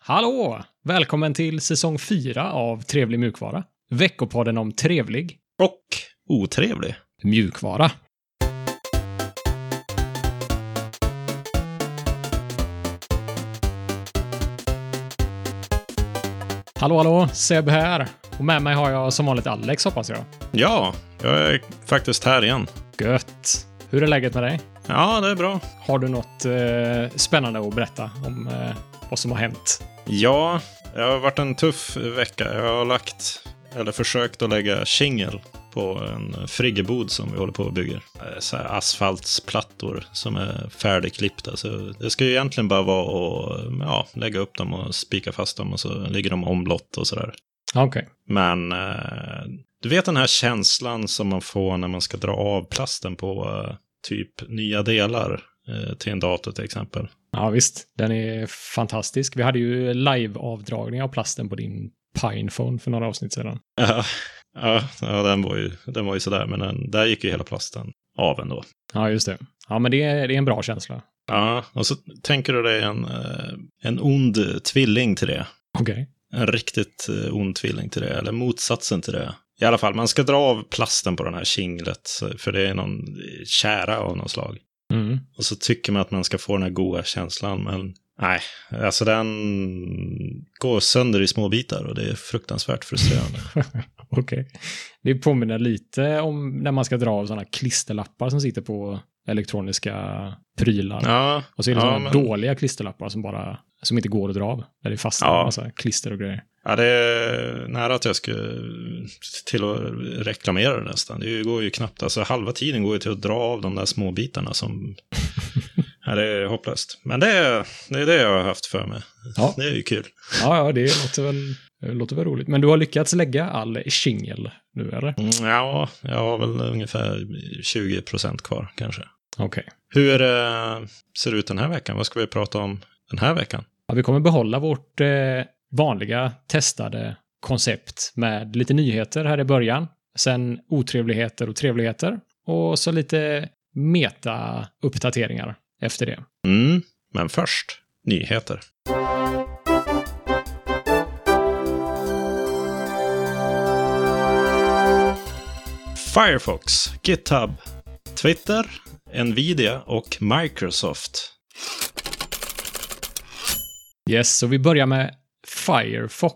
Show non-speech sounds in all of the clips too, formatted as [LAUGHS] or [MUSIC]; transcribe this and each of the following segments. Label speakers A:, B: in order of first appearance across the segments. A: Hallå! Välkommen till säsong 4 av Trevlig mjukvara. Veckopodden om trevlig
B: Och otrevlig.
A: mjukvara. Hallå, hallå! Seb här. Och med mig har jag som vanligt Alex, hoppas jag.
B: Ja, jag är faktiskt här igen.
A: Gött! Hur är läget med dig?
B: Ja, det är bra.
A: Har du något eh, spännande att berätta om eh, vad som har hänt?
B: Ja, det har varit en tuff vecka. Jag har lagt, eller försökt att lägga kingel på en friggebod som vi håller på och bygger. Eh, Så här asfaltsplattor som är färdigklippta. Så det ska ju egentligen bara vara att ja, lägga upp dem och spika fast dem och så ligger de omlott och sådär.
A: Ja, Okej.
B: Men eh, du vet den här känslan som man får när man ska dra av plasten på eh, typ nya delar eh, till en dator till exempel.
A: Ja visst, den är fantastisk. Vi hade ju live-avdragning av plasten på din Pinephone för några avsnitt sedan.
B: Ja, ja, ja den, var ju, den var ju sådär, men den, där gick ju hela plasten av ändå.
A: Ja, just det. Ja, men det är, det är en bra känsla.
B: Ja, och så tänker du dig en, eh, en ond tvilling till det.
A: Okej.
B: En riktigt eh, ond tvilling till det, eller motsatsen till det. I alla fall, man ska dra av plasten på den här kinglet, så- för det är någon kära av något slag.
A: Mm.
B: Och så tycker man att man ska få den här goda känslan, men nej, alltså den går sönder i små bitar och det är fruktansvärt frustrerande.
A: Okej. Det påminner lite om när man ska dra av sådana klisterlappar som sitter på elektroniska prylar.
B: [LAUGHS] ja,
A: Och så är det
B: ja,
A: sådana
B: men-
A: dåliga klisterlappar som bara som inte går att dra av. Där det fastnar
B: Ja.
A: massa klister och grejer.
B: ja, det är nära att jag skulle till att reklamera det nästan. Det går ju knappt, alltså halva tiden går ju till att dra av de där små
A: [LAUGHS]
B: bitarna som... ja, det är hopplöst. Men det är, det är det jag har haft för mig.
A: Ja.
B: Det är ju kul.
A: Ja, ja, det låter väl, det låter väl roligt. Men du har lyckats lägga all shingel nu, eller?
B: Mm, Ja, jag har väl ungefär 20 procent kvar kanske.
A: Okej.
B: Hur eh, ser det ut den här veckan? Vad ska vi prata om den här veckan?
A: Ja, vi kommer behålla vårt eh, vanliga testade koncept med lite nyheter här i början. Sen otrevligheter och trevligheter. Och så lite meta-uppdateringar efter det.
B: Mm, men först nyheter. Firefox, GitHub, Twitter, Nvidia och Microsoft.
A: Yes, så vi börjar med Firefox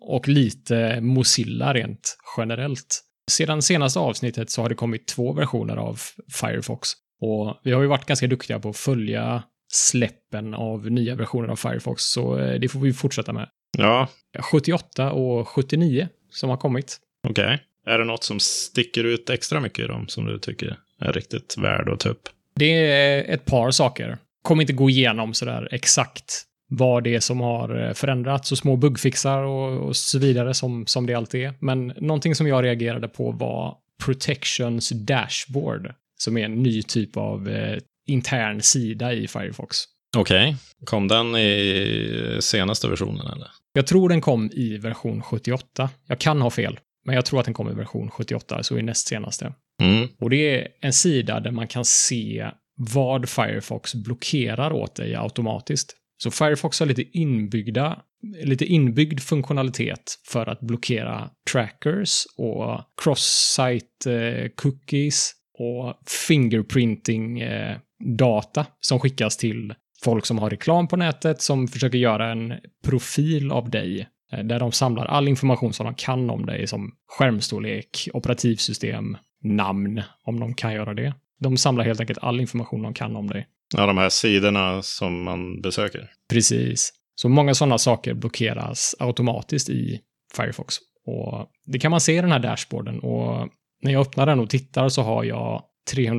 A: och lite Mozilla rent generellt. Sedan senaste avsnittet så har det kommit två versioner av Firefox. Och vi har ju varit ganska duktiga på att följa släppen av nya versioner av Firefox, så eh, det får vi fortsätta med.
B: Ja,
A: 78 och 79 som har kommit.
B: okej. Är det något som sticker ut extra mycket i dem som du tycker är riktigt värd att ta upp?
A: Det är ett par saker. Kommer inte gå igenom sådär exakt vad det är som har eh, förändrats och små buggfixar och, och så vidare som, som det alltid är. Men någonting som jag reagerade på var Protections Dashboard, som är en ny typ av eh, intern sida i Firefox.
B: Okej. Kom den i senaste versionen eller?
A: Jag tror den kom i version 78. Jag kan ha fel, men jag tror att den kom i version 78, så i näst senaste.
B: Mm.
A: Och det är en sida där man kan se vad Firefox blockerar åt dig automatiskt. Så Firefox har lite, inbyggda, lite inbyggd funktionalitet för att blockera trackers och cross-site eh, cookies och fingerprinting eh, data som skickas till folk som har reklam på nätet som försöker göra en profil av dig eh, där de samlar all information som de kan om dig som skärmstorlek, operativsystem, namn, om de kan göra det. De samlar helt enkelt all information de kan om dig.
B: Ja, de här sidorna som man besöker.
A: Precis. Så många sådana saker blockeras automatiskt i Firefox. Och det kan man se i den här dashboarden och när jag öppnar den och tittar så har jag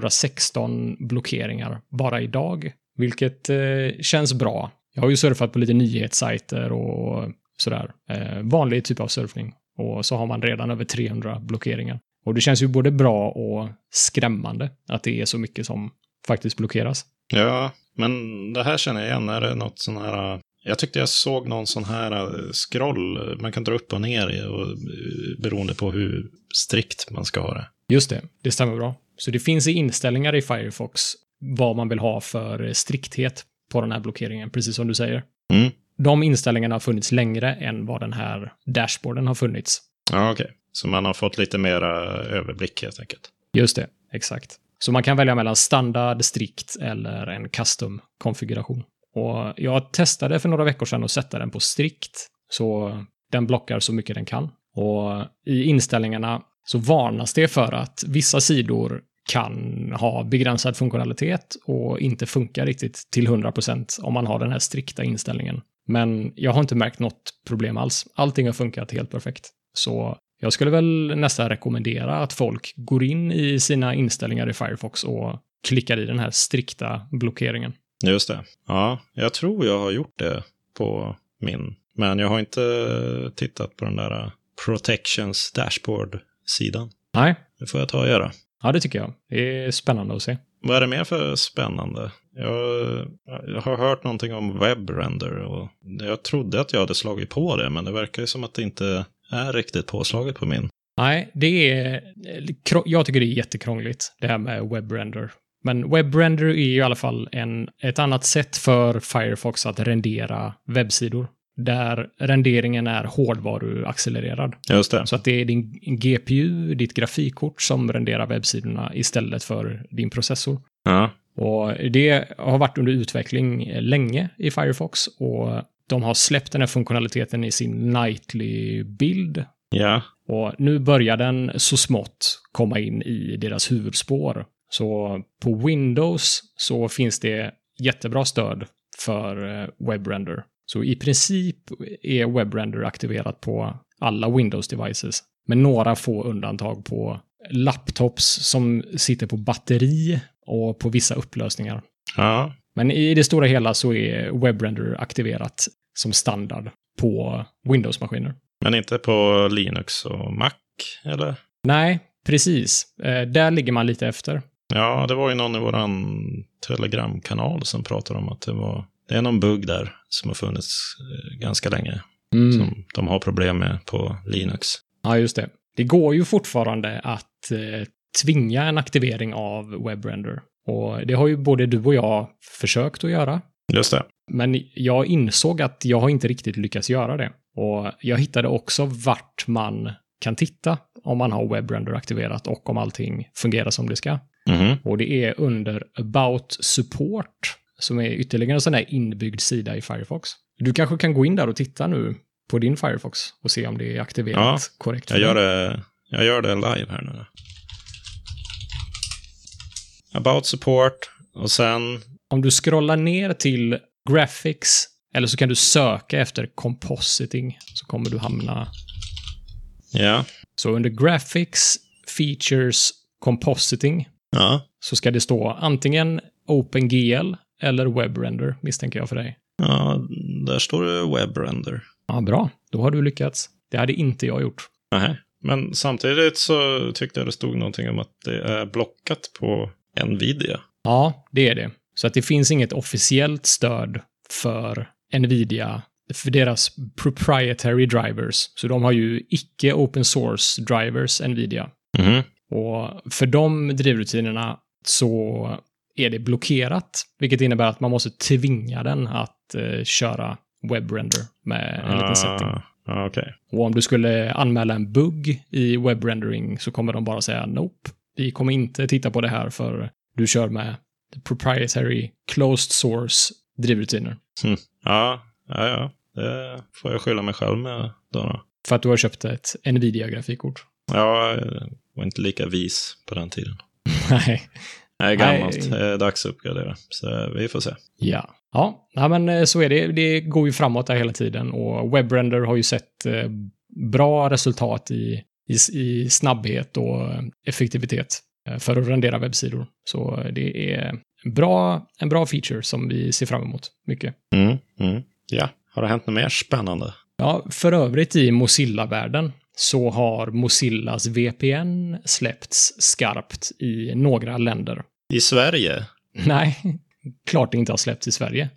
A: 316 blockeringar bara idag, vilket eh, känns bra. Jag har ju surfat på lite nyhetssajter och sådär, eh, vanlig typ av surfning. Och så har man redan över 300 blockeringar. Och det känns ju både bra och skrämmande att det är så mycket som faktiskt blockeras.
B: Ja, men det här känner jag igen. Är det något sån här... eh, Jag tyckte jag såg någon sån här eh, scroll. Man kan dra upp och ner i och, eh, beroende på hur strikt man ska ha det.
A: Just det, det stämmer bra. Så det finns i inställningar i Firefox vad man vill ha för strikthet på den här blockeringen, precis som du säger.
B: Mm.
A: de inställningarna har funnits längre än vad den här dashboarden har funnits.
B: Ja, okej. Så man har fått lite mera eh, överblick helt enkelt.
A: Just det, exakt. Så man kan välja mellan standard, strikt eller en custom-konfiguration. Och jag testade för några veckor sedan att sätta den på strikt, så den blockar så mycket den kan. Och i inställningarna så varnas det för att vissa sidor kan ha begränsad funktionalitet och inte funkar riktigt till 100% om man har den här strikta inställningen. Men jag har inte märkt något problem alls. Allting har funkat helt perfekt. Så jag skulle väl nästan rekommendera att folk går in i sina inställningar i Firefox och klickar i den här strikta blockeringen.
B: Just det. Ja, jag tror jag har gjort det på min. Men jag har inte eh, tittat på den där Protections Dashboard-sidan.
A: Nej,
B: Det får jag ta och göra.
A: ja det tycker jag. Det är spännande att se.
B: Vad är det mer för spännande? Jag, jag har hört någonting om webbrender och jag trodde att jag hade slagit på det, men det verkar ju som att det inte är riktigt påslaget på min.
A: Nej, det är... kro- Jag tycker det är jättekrångligt, det här med webbrender. Men webbrender är ju i alla fall en, ett annat sätt för Firefox att rendera webbsidor. Där renderingen är hårdvaruaccelererad.
B: Just det.
A: Så att det är din GPU, ditt grafikkort, som renderar webbsidorna istället för din processor.
B: Ja,
A: Och det har varit under utveckling länge i Firefox och de har släppt den här funktionaliteten i sin nightly-bild.
B: ja.
A: Och nu börjar den så smått komma in i deras huvudspår. Så på Windows så finns det jättebra stöd för eh, webbrender. Så i princip är webbrender aktiverat på alla Windows-devices. Med några få undantag på laptops som sitter på batteri och på vissa upplösningar.
B: ja.
A: Men i det stora hela så är webbrender aktiverat som standard på Windows-maskiner.
B: Men inte på Linux och Mac, eller?
A: Nej, precis. Eh, där ligger man lite efter.
B: Ja, det var ju någon i våran telegramkanal som pratade om att det var... Det är någon bugg där som har funnits eh, ganska länge.
A: Mm.
B: Som de har problem med på Linux.
A: Ja, just det. Det går ju fortfarande att eh, tvinga en aktivering av webbrender. Och det har ju både du och jag försökt att göra.
B: Just det.
A: Men jag insåg att jag har inte riktigt lyckats göra det. Och jag hittade också vart man kan titta om man har webbrender aktiverat och om allting fungerar som det ska.
B: Mhm.
A: Och det är under About Support, som är ytterligare en sån här inbyggd sida i Firefox. Du kanske kan gå in där och titta nu på din Firefox och se om det är aktiverat
B: Ja,
A: korrekt.
B: Jag gör det, jag gör det live här nu. About support och sen...
A: Om du scrollar ner till Graphics, eller så kan du söka efter Compositing, så kommer du hamna...
B: Ja.
A: Så under Graphics, Features, Compositing,
B: Ja.
A: så ska det stå antingen OpenGL eller WebRender, misstänker jag för dig.
B: Ja, där står det webbrender.
A: Ja, bra. Då har du lyckats. Det hade inte jag gjort.
B: Nej. Men samtidigt så tyckte jag det stod någonting om att det är blockat på Nvidia.
A: Ja, det är det. Så att det finns inget officiellt stöd för Nvidia, för deras proprietary drivers. Så de har ju icke open source drivers, Nvidia.
B: Mhm.
A: Och för de drivrutinerna så är det blockerat, vilket innebär att man måste tvinga den att eh, köra webbrender med en liten setting.
B: Ah, ah, Okej.
A: Och om du skulle anmäla en bugg i webbrendering så kommer de bara säga nope. Vi kommer inte titta på det här för du kör med proprietary closed source drivrutiner.
B: Ja, ja, ja. Det får jag skylla mig själv med då. då.
A: För att du har köpt ett Nvidia-grafikkort. [LAUGHS]
B: Ja, jag var inte lika vis på den tiden.
A: Nej.
B: Nej, gammalt.
A: Nej.
B: Det är dags att uppgradera. Så vi får se.
A: Ja. Ja, nej, men eh, så är det. Det går ju framåt där hela tiden och webbrender har ju sett eh, bra resultat i, i, i snabbhet och eh, effektivitet eh, för att rendera webbsidor. Så det är en bra, en bra feature som vi ser fram emot mycket.
B: Mm, mm. Ja, har det hänt något mer spännande?
A: Ja, för övrigt i Mozilla-världen så har Mozillas VPN släppts skarpt i några länder. [LAUGHS]
B: I Sverige?
A: Nej, klart det inte har släppts i Sverige.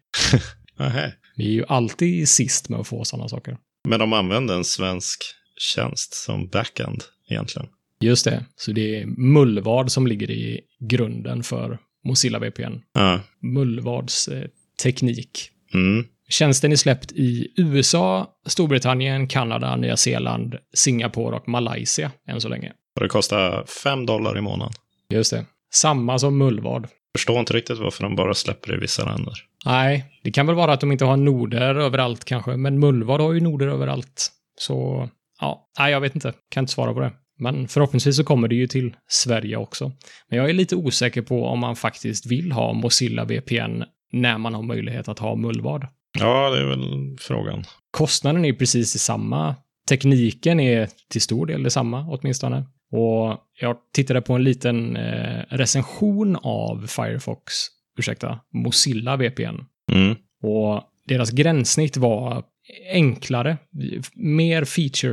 B: Nähä.
A: Vi är ju alltid sist med att få sådana saker.
B: Men de använder en svensk tjänst som backend egentligen.
A: Just det, så det är Mullvad som ligger i grunden för Mozilla VPN.
B: Ja.
A: Mullvads eh, teknik.
B: Mm.
A: Tjänsten är släppt i USA, Storbritannien, Kanada, Nya Zeeland, Singapore och Malaysia än så länge.
B: Och det kostar 5 dollar i månaden.
A: Just det. Samma som mullvad.
B: Förstår inte riktigt varför de bara släpper det i vissa länder.
A: Nej, det kan väl vara att de inte har noder överallt kanske, men mullvad har ju noder överallt. Så, ja, nej, jag vet inte. Kan inte svara på det. Men förhoppningsvis så kommer det ju till Sverige också. Men jag är lite osäker på om man faktiskt vill ha Mozilla VPN när man har möjlighet att ha mullvad.
B: Ja, det är väl frågan.
A: Kostnaden är precis detsamma. Tekniken är till stor del detsamma åtminstone. Och jag tittade på en liten eh, recension av Firefox, ursäkta, Mozilla VPN.
B: Mm.
A: Och deras gränssnitt var enklare, mer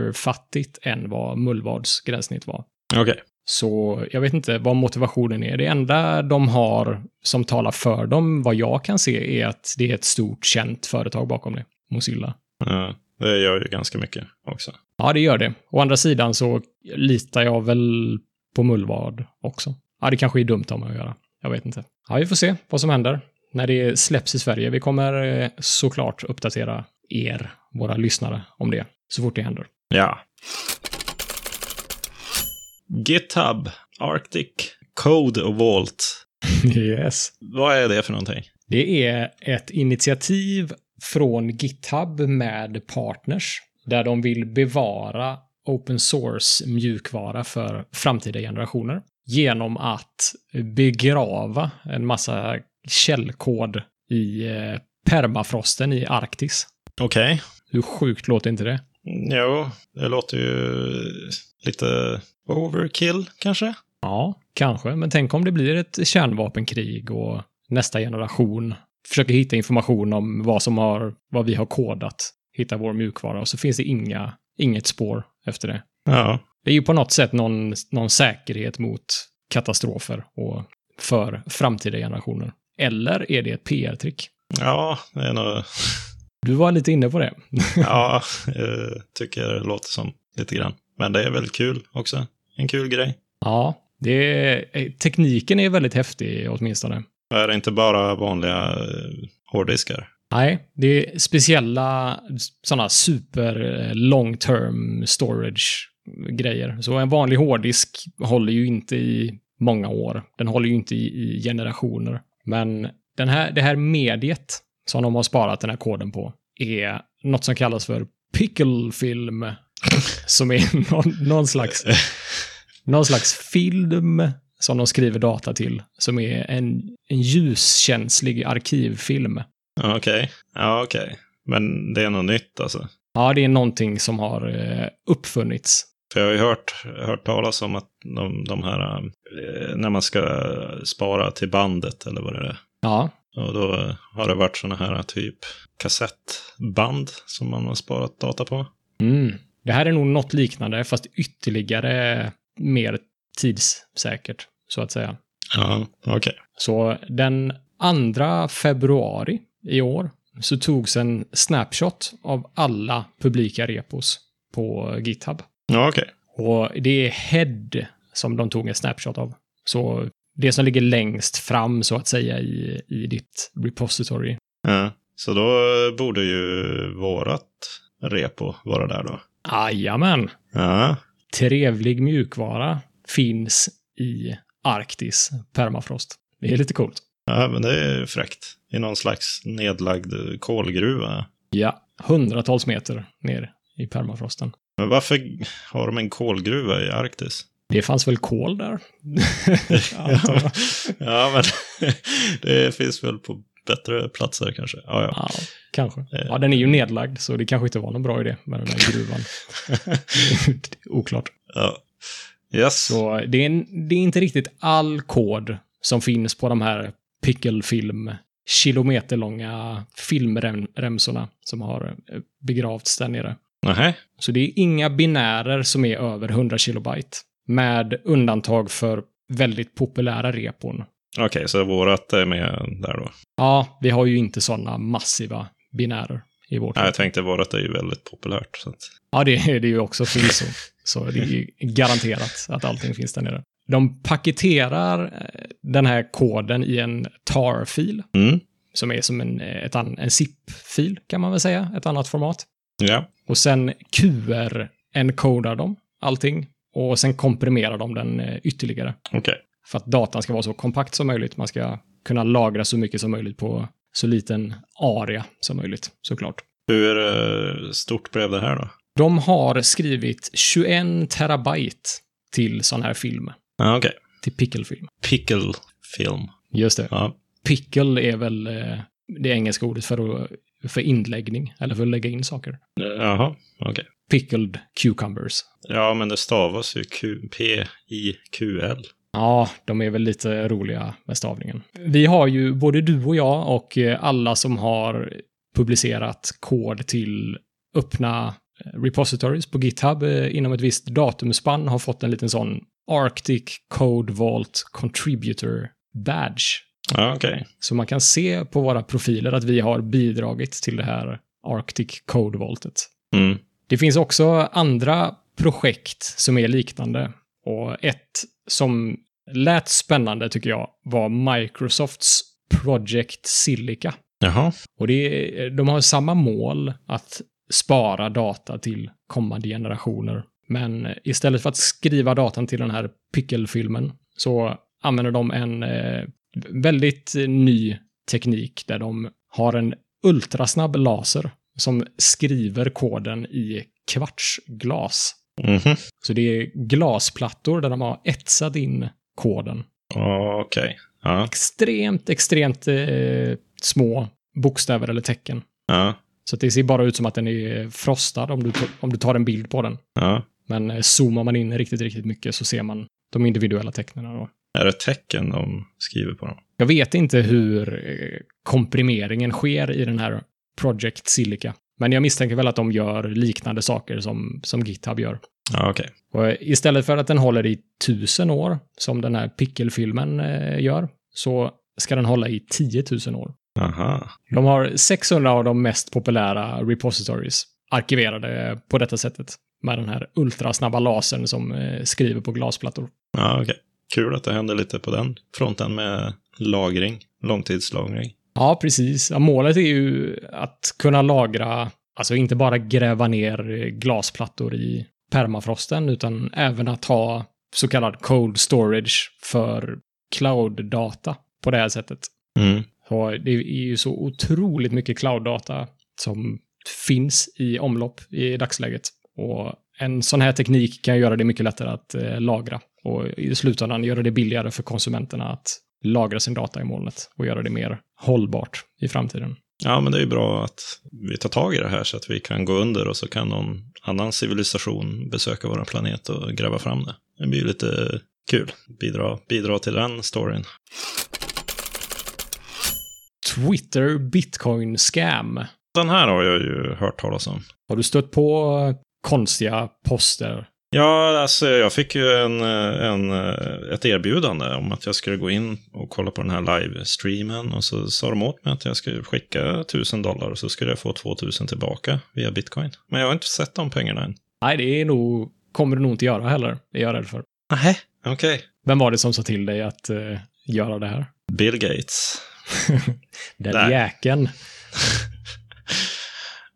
A: featurefattigt än vad Mullvads gränssnitt var.
B: Okej.
A: Så jag vet inte vad motivationen är. Det enda de har som talar för dem, vad jag kan se, är att det är ett stort känt företag bakom det, Mozilla.
B: Ja, det gör ju ganska mycket också.
A: Ja, det gör det. Å andra sidan så litar jag väl på Mullvad också. Ja, det kanske är dumt av mig att göra. Jag vet inte. Ja, vi får se vad som händer när det släpps i Sverige. Vi kommer eh, såklart uppdatera er, våra lyssnare, om det så fort det händer.
B: Ja. GitHub, Arctic, Code och Vault.
A: Yes.
B: Vad är det för någonting?
A: Det är ett initiativ från GitHub med partners där de vill bevara open source mjukvara för framtida generationer genom att begrava en massa källkod i eh, permafrosten i Arktis.
B: Okej.
A: Hur sjukt låter inte det?
B: Mm, Jo, det låter ju lite overkill kanske.
A: Ja, kanske. Men tänk om det blir ett kärnvapenkrig och nästa generation försöker hitta information om vad som har, vad vi har kodat, hitta vår mjukvara och så finns det inga, inget spår efter det.
B: Ja.
A: Det är ju på något sätt någon, någon säkerhet mot katastrofer och för framtida generationer. Eller är det ett PR-trick?
B: Ja, det är nog...
A: Du var lite inne på det.
B: Ja, eh, tycker jag det låter som lite grann. Men det är väl kul också. En kul grej.
A: Ja, det är, tekniken är väldigt häftig åtminstone.
B: Är det inte bara vanliga eh, hårddiskar?
A: Nej, det är speciella sådana super eh, long term storage grejer. Så en vanlig hårddisk håller ju inte i många år. Den håller ju inte i, i generationer. Men den här, det här mediet som de har sparat den här koden på är något som kallas för pickle film. [LAUGHS] som är någon, någon slags någon slags film som de skriver data till, som är en, en ljuskänslig arkivfilm.
B: Ja, Okej. Ja, okej. Men det är något nytt alltså.
A: Ja, det är någonting som har eh, uppfunnits.
B: För jag har ju hört, hört talas om att de, de här, eh, när man ska spara till bandet eller vad det är.
A: Ja,
B: Och då eh, har det varit sådana här typ kassettband som man har sparat data på.
A: mm. det här är nog något liknande, fast ytterligare mer tidssäkert, så att säga.
B: Ja, okej.
A: Så den 2 februari i år så togs en snapshot av alla publika repos på GitHub.
B: Ja, okej.
A: Och det är head som de tog en snapshot av. Så det som ligger längst fram så att säga i, i ditt repository.
B: Ja. Så då borde ju vårat repo vara där då.
A: Jajamän!
B: Ja,
A: Trevlig mjukvara finns i Arktis permafrost. Det är lite coolt.
B: ja men det är fräckt. I någon slags nedlagd kolgruva.
A: Ja, hundratals meter ner i permafrosten.
B: Men varför har de en kolgruva i Arktis?
A: Det fanns väl kol där? Antar jag.
B: [LAUGHS] Ja, men [LAUGHS] det finns väl på bättre platser kanske. Ja, ja.
A: ja, kanske. Ja, den är ju nedlagd, så det kanske inte var någon bra idé med den där gruvan. [LAUGHS] Oklart.
B: [LAUGHS] ja. Yes.
A: Så det är, en, det är inte riktigt all kod som finns på de här pickelfilm, kilometerlånga filmremsorna som har eh, begravts där nere.
B: Nähä.
A: Så det är inga binärer som är över 100 kilobyte, med undantag för väldigt populära repon.
B: Okej, så vårat är med där då.
A: Ja, vi har ju inte sådana massiva binärer i vårt.
B: Nej, jag tänkte vårat är ju väldigt populärt. Så att...
A: Ja, det är det ju också förvisso. Så det är ju garanterat att allting finns där nere. De paketerar eh, den här koden i en tar-fil
B: mm.
A: som är som en, eh, ett an, en zip-fil kan man väl säga, ett annat format.
B: Ja.
A: Och sen QR-encodar de allting och sen komprimerar de den eh, ytterligare.
B: Okej.
A: För att datan ska vara så kompakt som möjligt. Man ska kunna lagra så mycket som möjligt på så liten area som möjligt, såklart.
B: Hur eh, stort blev det här då?
A: De har skrivit 21 terabyte till sån här film,
B: Ja, okej.
A: till pickelfilm.
B: Pickle film.
A: Just det.
B: Ja.
A: Pickle är väl eh, det engelska ordet för, att- för inläggning, eller för att lägga in saker.
B: Eh, Jaha, okej.
A: Pickled cucumbers.
B: Ja, men det stavas ju Q- P-I-Q-L.
A: Ja, de är väl lite roliga med stavningen. Vi har ju, både du och jag och eh, alla som har publicerat kod till öppna eh, repositories på GitHub eh, inom ett visst datumspann har fått en liten sån Arctic Code Vault Contributor Badge.
B: Ja, okej.
A: Så man kan se på våra profiler att vi har bidragit till det här Arctic Code Vaultet.
B: Mm.
A: Det finns också andra projekt som är liknande. Och ett som lät spännande tycker jag var Microsofts Project Silica.
B: Jaha.
A: Och det är, de har samma mål att spara data till kommande generationer. Men istället för att skriva datan till den här pickelfilmen så använder de en eh, väldigt ny teknik där de har en ultrasnabb laser som skriver koden i kvartsglas.
B: Mhm.
A: Så det är glasplattor där de har etsat in koden
B: Ja, Okej. Ja.
A: extremt, extremt eh, små bokstäver eller tecken.
B: Ja.
A: Så att det ser bara ut som att den är frostad om du, to- om du tar en bild på den.
B: Ja.
A: Men eh, zoomar man in riktigt, riktigt mycket så ser man de individuella tecknen. Då.
B: Är det tecken de skriver på dem?
A: Jag vet inte hur eh, komprimeringen sker i den här Project Silica. Men jag misstänker väl att de gör liknande saker som, som GitHub gör.
B: Ja, okej.
A: Och eh, istället för att den håller i tusen år, som den här pickelfilmen eh, gör, så ska den hålla i 10 000 år.
B: Aha.
A: De har 600 av de mest populära repositories arkiverade på detta sättet med den här ultrasnabba lasern som eh, skriver på glasplattor.
B: Ja, okej. Kul att det händer lite på den fronten med lagring, långtidslagring.
A: Ja, precis. Ja, målet är ju att kunna lagra, alltså inte bara gräva ner eh, glasplattor i permafrosten, utan även att ha så kallad cold storage för cloud-data på det här sättet.
B: Mm.
A: Så det är ju så otroligt mycket cloud-data som finns i omlopp i dagsläget. Och en sån här teknik kan göra det mycket lättare att eh, lagra och i slutändan göra det billigare för konsumenterna att lagra sin data i molnet och göra det mer hållbart i framtiden.
B: Ja, men det är ju bra att vi tar tag i det här så att vi kan gå under och så kan någon annan civilisation besöka vår planet och gräva fram det. Det blir ju lite kul. Bidra, bidra till den storyn.
A: Twitter Bitcoin Scam.
B: Den här har jag ju hört talas om.
A: Har du stött på konstiga poster?
B: Ja, alltså jag fick ju en, en, ett erbjudande om att jag skulle gå in och kolla på den här livestreamen. Och så sa de åt mig att jag skulle skicka 1000 dollar och så skulle jag få 2000 tillbaka via bitcoin. Men jag har inte sett de pengarna än.
A: Nej, det är nog, kommer du nog inte göra heller. Det är jag rädd för.
B: Nej, okej.
A: Vem var det som sa till dig att eh, göra det här?
B: Bill Gates.
A: [LAUGHS] Den
B: Nej.
A: jäkeln.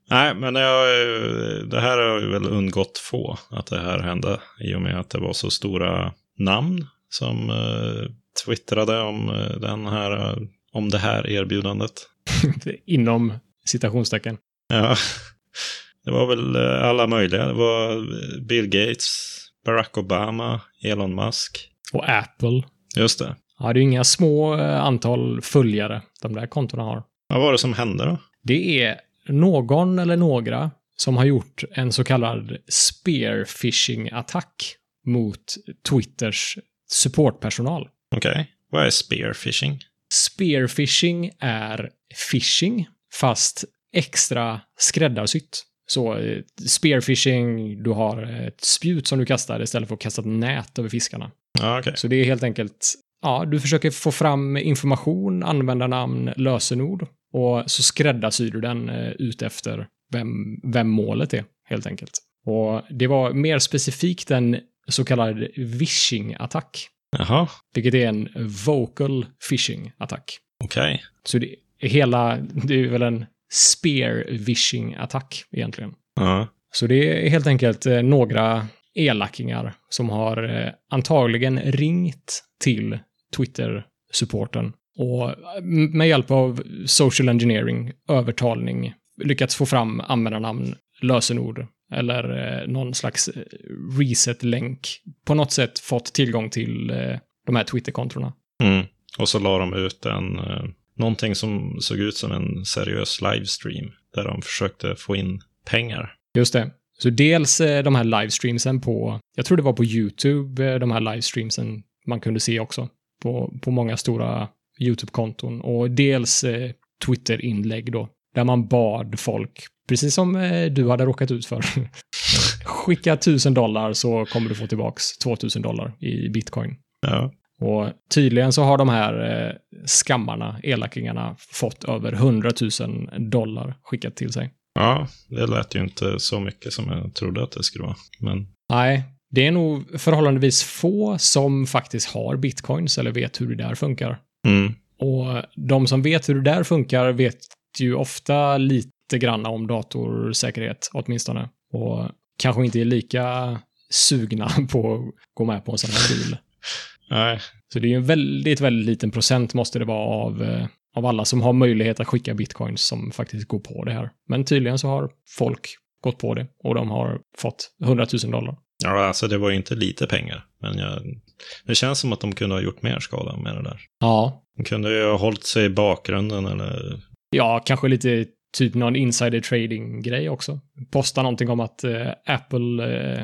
B: Nej, men jag, har ju- det här har ju väl undgått få att det här hände i och med att det var så stora namn som eh, twittrade om, eh, den här, eh, om det här erbjudandet.
A: inom citationstecken.
B: Ja. [LAUGHS] Det var väl eh, alla möjliga. Det var eh, Bill Gates, Barack Obama, Elon Musk.
A: Och Apple.
B: Just det.
A: Ja, det är ju inga små eh, antal följare de där kontona har.
B: Vad var det som hände då?
A: Det är någon eller några som har gjort en så kallad spear phishing attack mot Twitters supportpersonal.
B: Okej. Vad är spearfishing?
A: Spear phishing är phishing, fast extra skräddarsytt. Så eh, spear phishing, du har ett spjut som du kastar istället för att kasta ett nät över fiskarna.
B: Ja, okej.
A: Så det är helt enkelt, ja, du försöker få fram information, användarnamn, lösenord och så skräddarsyr du den eh, ut efter vem, vem målet är, helt enkelt. Och det var mer specifikt en så kallad vishing-attack,
B: Jaha,
A: vilket är en vocal phishing-attack.
B: okej.
A: Så det hela, det är väl en spear vishing attack egentligen.
B: Ja.
A: Så det är helt enkelt eh, några elakingar som har eh, antagligen ringt till Twitter-supporten och eh, med hjälp av social engineering, övertalning, lyckats få fram användarnamn, lösenord eller eh, någon slags eh, reset-länk. På något sätt fått tillgång till eh, de här Twitter-kontorna.
B: Mm. Och så la de ut en, eh, någonting som såg ut som en seriös livestream där de försökte få in pengar.
A: Just det. Så dels eh, de här livestreamsen på, jag tror det var på YouTube, eh, de här livestreamsen man kunde se också på, på många stora YouTube-konton. Och dels eh, Twitter-inlägg då, där man bad folk, precis som eh, du hade råkat ut för, [LAUGHS] skicka 1000 dollar så kommer du få tillbaks 2000 dollar i bitcoin.
B: Ja.
A: Och tydligen så har de här eh, skammarna, elakingarna, fått över 100 000 dollar skickat till sig.
B: ja, det lät ju inte så mycket som jag trodde att det skulle vara. Men
A: Nej, det är nog förhållandevis få som faktiskt har bitcoins eller vet hur det där funkar.
B: mm.
A: Och de som vet hur det där funkar vet ju ofta lite granna om datorsäkerhet åtminstone. Och kanske inte är lika sugna [LAUGHS] på att gå med på en sån här deal.
B: nej,
A: Så det är ju en väldigt, väldigt liten procent måste det vara av, eh, av alla som har möjlighet att skicka bitcoins som faktiskt går på det här. Men tydligen så har folk gått på det och de har fått 100 000 dollar.
B: ja, alltså det var ju inte lite pengar. Men jag, det känns som att de kunde ha gjort mer skada med det där.
A: Ja,
B: De kunde ju ha hållit sig i bakgrunden eller
A: Ja, kanske lite typ någon insider trading-grej också. Posta någonting om att eh, Apple eh,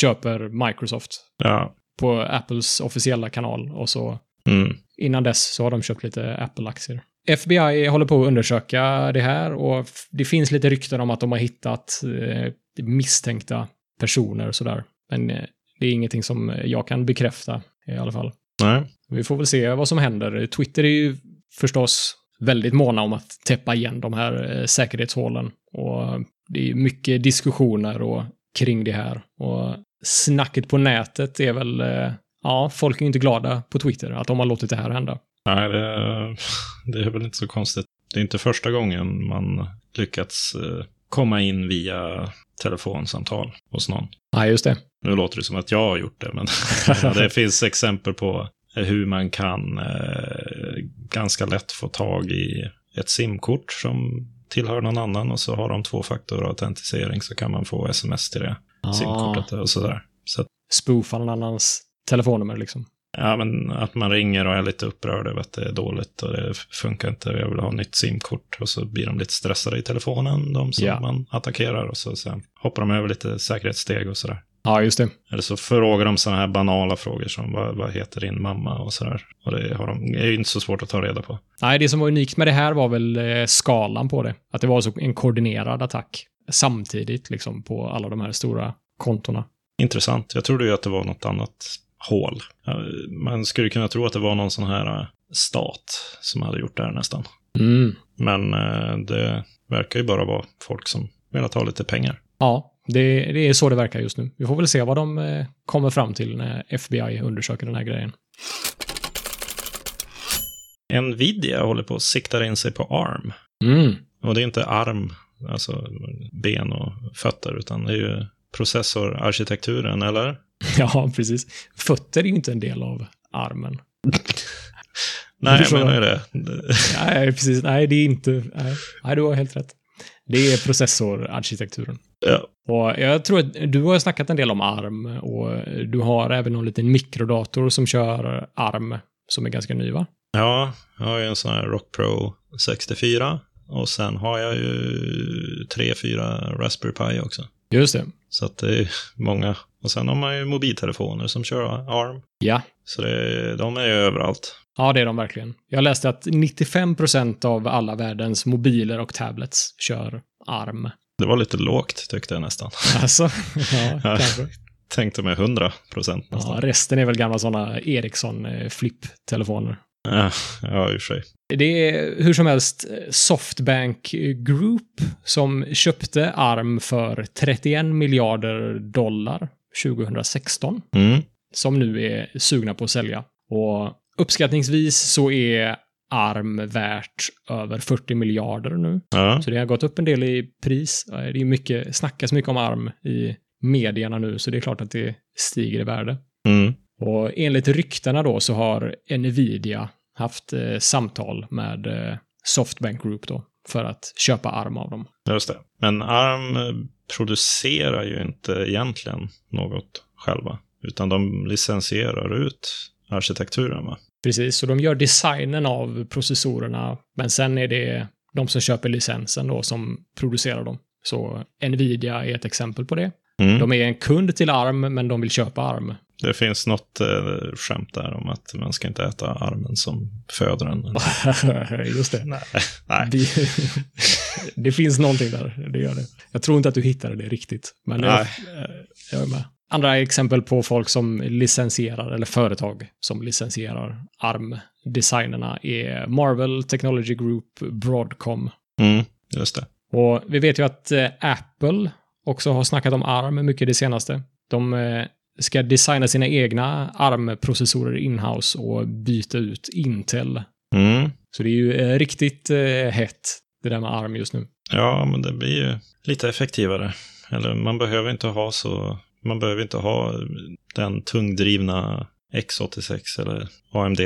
A: köper Microsoft
B: ja.
A: på Apples officiella kanal och så
B: Mm.
A: innan dess så har de köpt lite Apple-aktier. FBI håller på att undersöka det här och f- det finns lite rykten om att de har hittat eh, misstänkta personer och sådär. Men eh, det är ingenting som jag kan bekräfta i alla fall.
B: Nej.
A: Vi får väl se vad som händer. Twitter är ju förstås väldigt måna om att täppa igen de här eh, säkerhetshålen. Och det är mycket diskussioner och, kring det här. Och snacket på nätet är väl, eh, ja, folk är inte glada på Twitter att de har låtit det här hända.
B: Nej, det, [LAUGHS] det är väl inte så konstigt. Det är inte första gången man lyckats eh, komma in via telefonsamtal hos någon.
A: Nej, just det.
B: Nu låter det som att jag har gjort det, men [LAUGHS] det finns exempel på hur man kan eh, ganska lätt få tag i ett simkort som tillhör någon annan och så har de tvåfaktorautentisering så kan man få sms till det
A: Ah.
B: simkortet och sådär. Så att,
A: Spoofa någon annans telefonnummer liksom.
B: ja, men att man ringer och är lite upprörd över att det är dåligt och det funkar inte och jag vill ha nytt simkort och så blir de lite stressade i telefonen, de som
A: Ja.
B: man attackerar och så sen hoppar de över lite säkerhetssteg och sådär.
A: Ja, just det.
B: Eller så frågar de sådana här banala frågor som vad, vad heter din mamma och sådär. Och det, har de, det är ju inte så svårt att ta reda på.
A: Nej, det som var unikt med det här var väl eh, skalan på det. Att det var så en koordinerad attack samtidigt liksom på alla de här stora kontona.
B: Intressant. Jag trodde ju att det var något annat hål. Ja, Man skulle kunna tro att det var någon sån här eh, stat som hade gjort det här nästan.
A: Mm.
B: Men eh, det verkar ju bara vara folk som vill ha lite pengar.
A: Ja, det, det är så det verkar just nu. Vi får väl se vad de eh, kommer fram till när FBI undersöker den här grejen.
B: Nvidia håller på att sikta in sig på ARM.
A: Mm.
B: Och det är inte arm, alltså ben och fötter, utan det är ju processorarkitekturen, eller?
A: [LAUGHS] Ja, precis. Fötter är ju inte en del av armen.
B: Nej, jag
A: förstår
B: menar ju det. [LAUGHS]
A: Nej, precis. Nej, det är inte... Nej, nej du har helt rätt. Det är processorarkitekturen.
B: Ja.
A: Och jag tror att du har snackat en del om ARM och du har även någon liten mikrodator som kör ARM som är ganska ny, va?
B: Ja, jag har ju en sån här Rock Pro 64 och sen har jag ju 3-4 Raspberry Pi också.
A: Just det.
B: Så att det är [LAUGHS] många. Och sen har man ju mobiltelefoner som kör ARM.
A: Ja.
B: Så det, de är ju överallt.
A: Ja, det är de verkligen. Jag läste att 95% av alla världens mobiler och tablets kör ARM.
B: Det var lite lågt tyckte jag nästan. [LAUGHS]
A: Alltså, ja,
B: Ja,
A: kanske.
B: Tänkte mig 100 procent
A: Ja,
B: nästan.
A: resten är väl gamla eh, sådana Ericsson-flipp-telefoner.
B: Ja, ja i och för sig.
A: Det är hur som helst eh, Softbank Group som köpte ARM för 31 miljarder dollar 2016.
B: Mm.
A: som nu är sugna på att sälja. Och uppskattningsvis så är arm värt över 40 miljarder nu.
B: Ja.
A: Så det har gått upp en del i pris. Eh, Det är mycket, snackas mycket om arm i medierna nu, så det är klart att det stiger i värde.
B: Mm.
A: Och enligt ryktena då så har Nvidia haft eh, samtal med eh, Softbank Group då för att köpa arm av dem.
B: Just det. Men ARM eh, producerar ju inte egentligen något själva, utan de licensierar ut arkitekturen. Va?
A: Precis, så de gör designen av processorerna, men sen är det de som köper licensen då som producerar dem. Så Nvidia är ett exempel på det.
B: Mm.
A: De är en kund till ARM, men de vill köpa ARM.
B: Det finns något eh, skämt där om att man ska inte äta armen som föder den.
A: [LAUGHS] Just det.
B: Nej. Nej.
A: det. [LAUGHS] Det finns någonting där, det gör det. Jag tror inte att du hittade det riktigt, men jag, eh,
B: Nej.
A: jag är med. Andra exempel på folk som licensierar, eller företag som licensierar ARM-designerna är Marvel Technology Group, Broadcom.
B: Mm. Just det.
A: Och vi vet ju att eh, Apple också har snackat om ARM mycket det senaste. De eh, ska designa sina egna ARM-processorer in-house och byta ut Intel.
B: Mm.
A: Så det är ju eh, riktigt eh, hett, det där med ARM just nu.
B: Ja, men det blir ju lite effektivare. Eller man behöver inte ha så... Man behöver inte ha den tungdrivna X86 eller AMD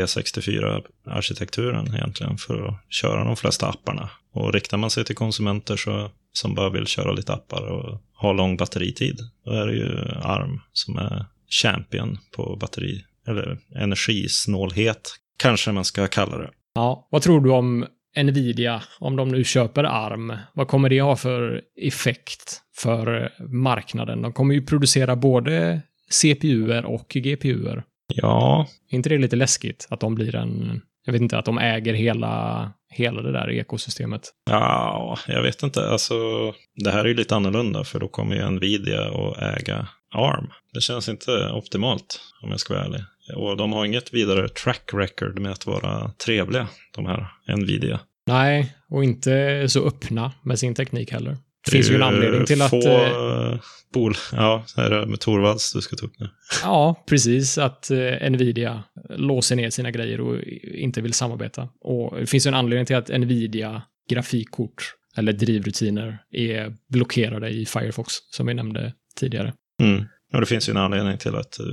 B: 64-arkitekturen egentligen för att köra de flesta apparna. Och riktar man sig till konsumenter så, som bara vill köra lite appar och ha lång batteritid, då är det ju ARM som är champion på batteri, eller energisnålhet kanske man ska kalla det.
A: Ja, vad tror du om Nvidia, om de nu köper ARM? Vad kommer det ha för effekt för eh, marknaden? De kommer ju producera både CPUer och GPUer.
B: Ja,
A: Är inte det lite läskigt att de blir en... Jag vet inte, att de äger hela, hela det där ekosystemet.
B: Ja, jag vet inte. Alltså, det här är ju lite annorlunda för då kommer ju Nvidia att äga ARM. Det känns inte optimalt om jag ska vara ärlig. Och de har inget vidare track record med att vara trevliga, de här Nvidia.
A: Nej, och inte så öppna med sin teknik heller. Det finns
B: är
A: ju en anledning till att...
B: få,
A: eh,
B: eh, Bol ja, så är det med Torvalds du ska ta upp nu.
A: Ja, precis. Att eh, Nvidia låser ner sina grejer och inte vill samarbeta. Och det finns ju en anledning till att Nvidia grafikkort eller drivrutiner är blockerade i Firefox, som vi nämnde tidigare. [LAUGHS]
B: Mm. Och det finns ju en anledning till att eh,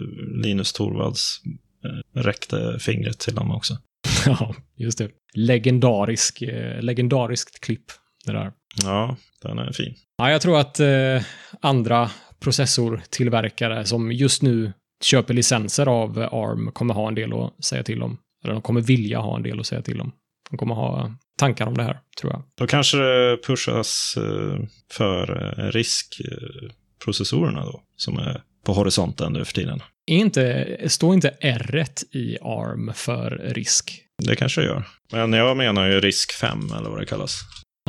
B: Linus Torvalds eh, räckte fingret till dem också.
A: Ja, just det. Legendarisk, eh, legendariskt klipp, det där.
B: Ja, den är fin.
A: Ja, jag tror att eh, andra processortillverkare som just nu köper licenser av eh, ARM kommer ha en del att säga till om. Eller de kommer vilja ha en del att säga till om. De kommer ha tankar om det här, tror jag.
B: Då kanske det pushas eh, för eh, riskprocessorerna då, som är på horisonten nu för tiden.
A: Är inte, står inte R i ARM för risk?
B: Det kanske det gör. Men jag menar ju risk 5, eller vad det kallas.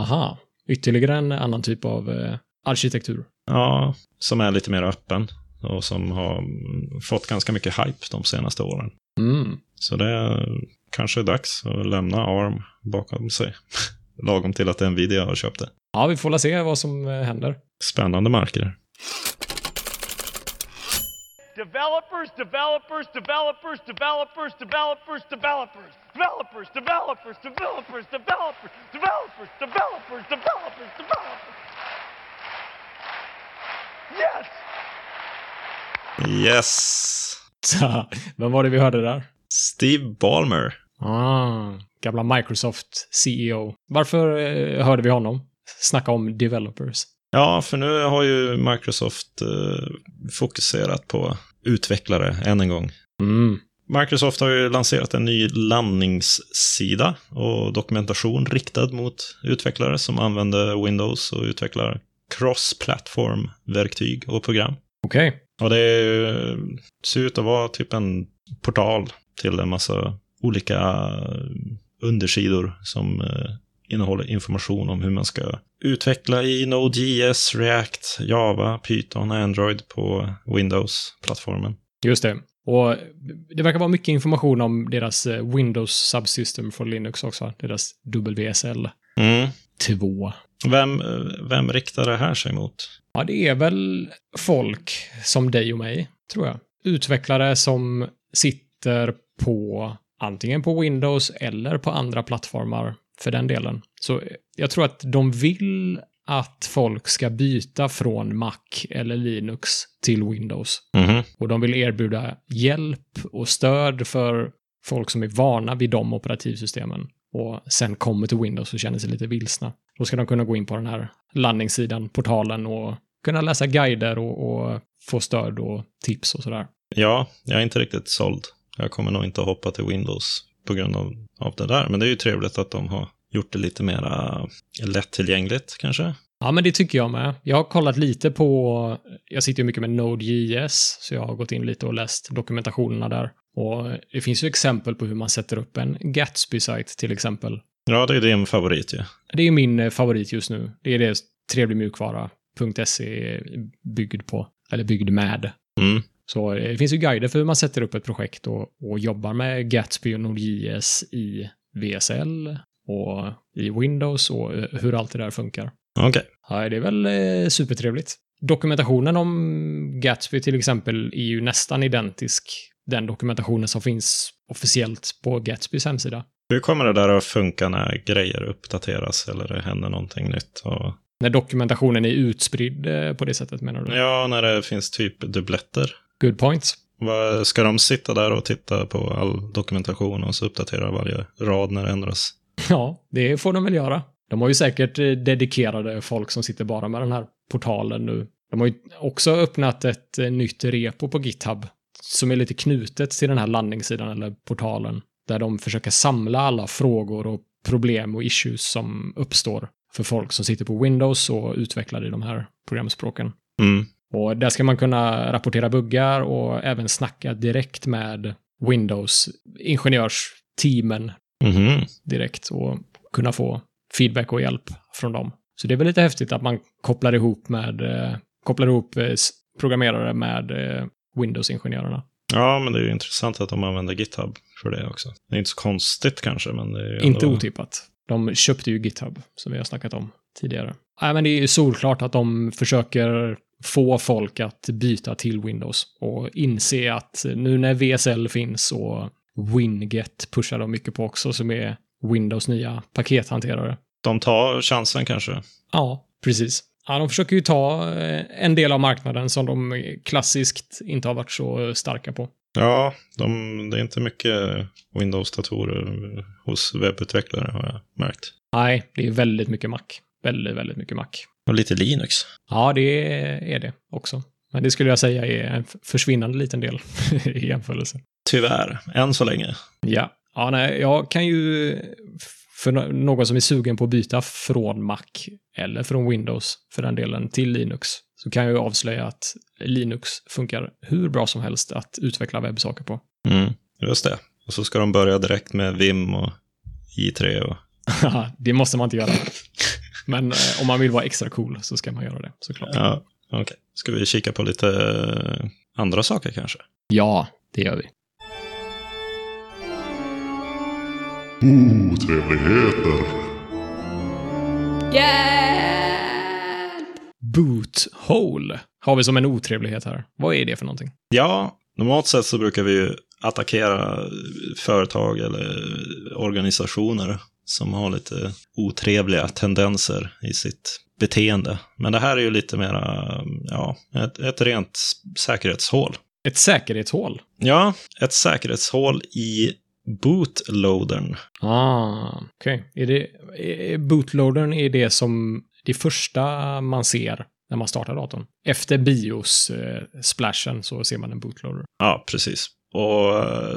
A: Aha, ytterligare en annan typ av eh, arkitektur.
B: Ja, som är lite mer öppen och som har mm, fått ganska mycket hype de senaste åren.
A: Mm.
B: Så det är kanske är dags att lämna ARM bakom sig. [LAUGHS] Lagom till att Nvidia har köpt det.
A: Ja, vi får la se vad som eh, händer. [LAUGHS]
B: Spännande marker.
C: Developers, developers, developers, developers, developers, developers, developers, developers, developers, developers, developers, developers, developers, developers. Yes!
B: Yes!
A: Så, Vem var det vi hörde där?
B: Steve Ballmer.
A: Ah, gamla Microsoft CEO. Varför eh, hörde vi honom snacka om developers?
B: Ja, för nu har ju Microsoft eh, fokuserat på utvecklare än en gång.
A: Mm.
B: Microsoft har ju lanserat en ny landningssida och dokumentation riktad mot utvecklare som använder Windows och utvecklar cross-platform-verktyg och program.
A: Okej.
B: Och det är ju, ser ut att vara typ en portal till en massa olika undersidor som eh, innehåller information om hur man ska utveckla i Node.js, React, Java, Python och Android på Windows-plattformen.
A: Just det. Och det verkar vara mycket information om deras eh, Windows Subsystem för Linux också. Deras WSL 2.
B: Vem, eh, vem riktar det här sig mot?
A: Ja, det är väl folk som dig och mig, tror jag. Utvecklare som sitter på antingen på Windows eller på andra plattformar för den delen. Så jag tror att de vill att folk ska byta från Mac eller Linux till Windows.
B: Mhm.
A: Och de vill erbjuda hjälp och stöd för folk som är vana vid de operativsystemen och sen kommer till Windows och känner sig lite vilsna. Då ska de kunna gå in på den här landningssidan, portalen och kunna läsa guider och, och få stöd och tips och sådär.
B: Ja, jag är inte riktigt såld. Jag kommer nog inte att hoppa till Windows på grund av, av det där. Men det är ju trevligt att de har gjort det lite mera lättillgängligt kanske.
A: Ja, men det tycker jag med. Jag har kollat lite på, jag sitter ju mycket med Node.js, så jag har gått in lite och läst dokumentationerna där. Och det finns ju exempel på hur man sätter upp en Gatsby-sajt till exempel.
B: Ja, det är din favorit ju.
A: Det är min eh, favorit just nu. Det är det trevlig mjukvara.se är byggd på, eller byggd med.
B: Mm.
A: Så eh, det finns ju guider för hur man sätter upp ett projekt och, och jobbar med Gatsby och Node.js i VSL och i Windows och eh, hur allt det där funkar.
B: Okej.
A: Ja, det är väl eh, supertrevligt. Dokumentationen om Gatsby till exempel är ju nästan identisk den dokumentationen som finns officiellt på Gatsbys hemsida.
B: Hur kommer det där att funka när grejer uppdateras eller det händer någonting nytt? Och...
A: När dokumentationen är utspridd eh, på det sättet menar du?
B: Ja, när det finns typ dubbletter.
A: Good point.
B: Vad- Ska de sitta där och titta på all dokumentation och så uppdatera varje rad när det ändras?
A: [LAUGHS] Ja, det får de väl göra. De har ju säkert eh, dedikerade folk som sitter bara med den här portalen nu. De har ju också öppnat ett eh, nytt repo på GitHub som är lite knutet till den här landningssidan eller portalen där de försöker samla alla frågor och problem och issues som uppstår för folk som sitter på Windows och utvecklar i de här programspråken.
B: Mm.
A: Och där ska man kunna rapportera buggar och även snacka direkt med Windows-ingenjörsteamen
B: Mhm.
A: direkt och kunna få feedback och hjälp från dem. Så det är väl lite häftigt att man kopplar ihop med eh, kopplar ihop eh, s- programmerare med eh, Windows-ingenjörerna.
B: Ja, men det är ju intressant att de använder GitHub för det också. Det är inte så konstigt kanske, men det är ju
A: Inte
B: ändå...
A: otippat. De köpte ju GitHub, som vi har snackat om tidigare. Nej, men det är ju solklart att de försöker få folk att byta till Windows och inse att nu när VSL finns och Winget pushar de mycket på också, som är Windows nya pakethanterare.
B: De tar chansen kanske.
A: Ja, precis. Ja, de försöker ju ta eh, en del av marknaden som de klassiskt inte har varit så eh, starka på.
B: Ja, de, det är inte mycket Windows-datorer hos webbutvecklare har jag märkt.
A: Nej, det är väldigt mycket Mac. Väldigt, väldigt mycket Mac.
B: Och lite Linux.
A: Ja, det är det också. Men det skulle jag säga är en f- försvinnande liten del [LAUGHS] i jämförelse.
B: Tyvärr, än så länge.
A: Ja. ja nej, jag kan ju, för no- någon som är sugen på att byta från Mac, eller från Windows för den delen, till Linux, så kan jag ju avslöja att Linux funkar hur bra som helst att utveckla webbsaker på.
B: Mm. Just det. Och så ska de börja direkt med Vim och J3 och...
A: [LAUGHS] Haha, det måste man inte göra. Men eh, om man vill vara extra cool så ska man göra det, såklart.
B: Ja, okej. Ska vi kika på lite eh, andra saker kanske?
A: Ja, det gör vi.
D: Otrevligheter.
E: Hjälp!
A: Boothole har vi som en otrevlighet här. Vad är det för någonting?
B: Ja, normalt sett så brukar vi ju attackera företag eller organisationer som har lite otrevliga tendenser i sitt beteende. Men det här är ju lite mera, ja, ett, ett rent säkerhetshål.
A: Ett säkerhetshål.
B: Ja, ett säkerhetshål i bootloadern.
A: Ah, okej. Är det är- Bootloadern är det som det första man ser när man startar datorn. Efter bios-splashen så ser man en bootloader.
B: Ja, precis. Och eh,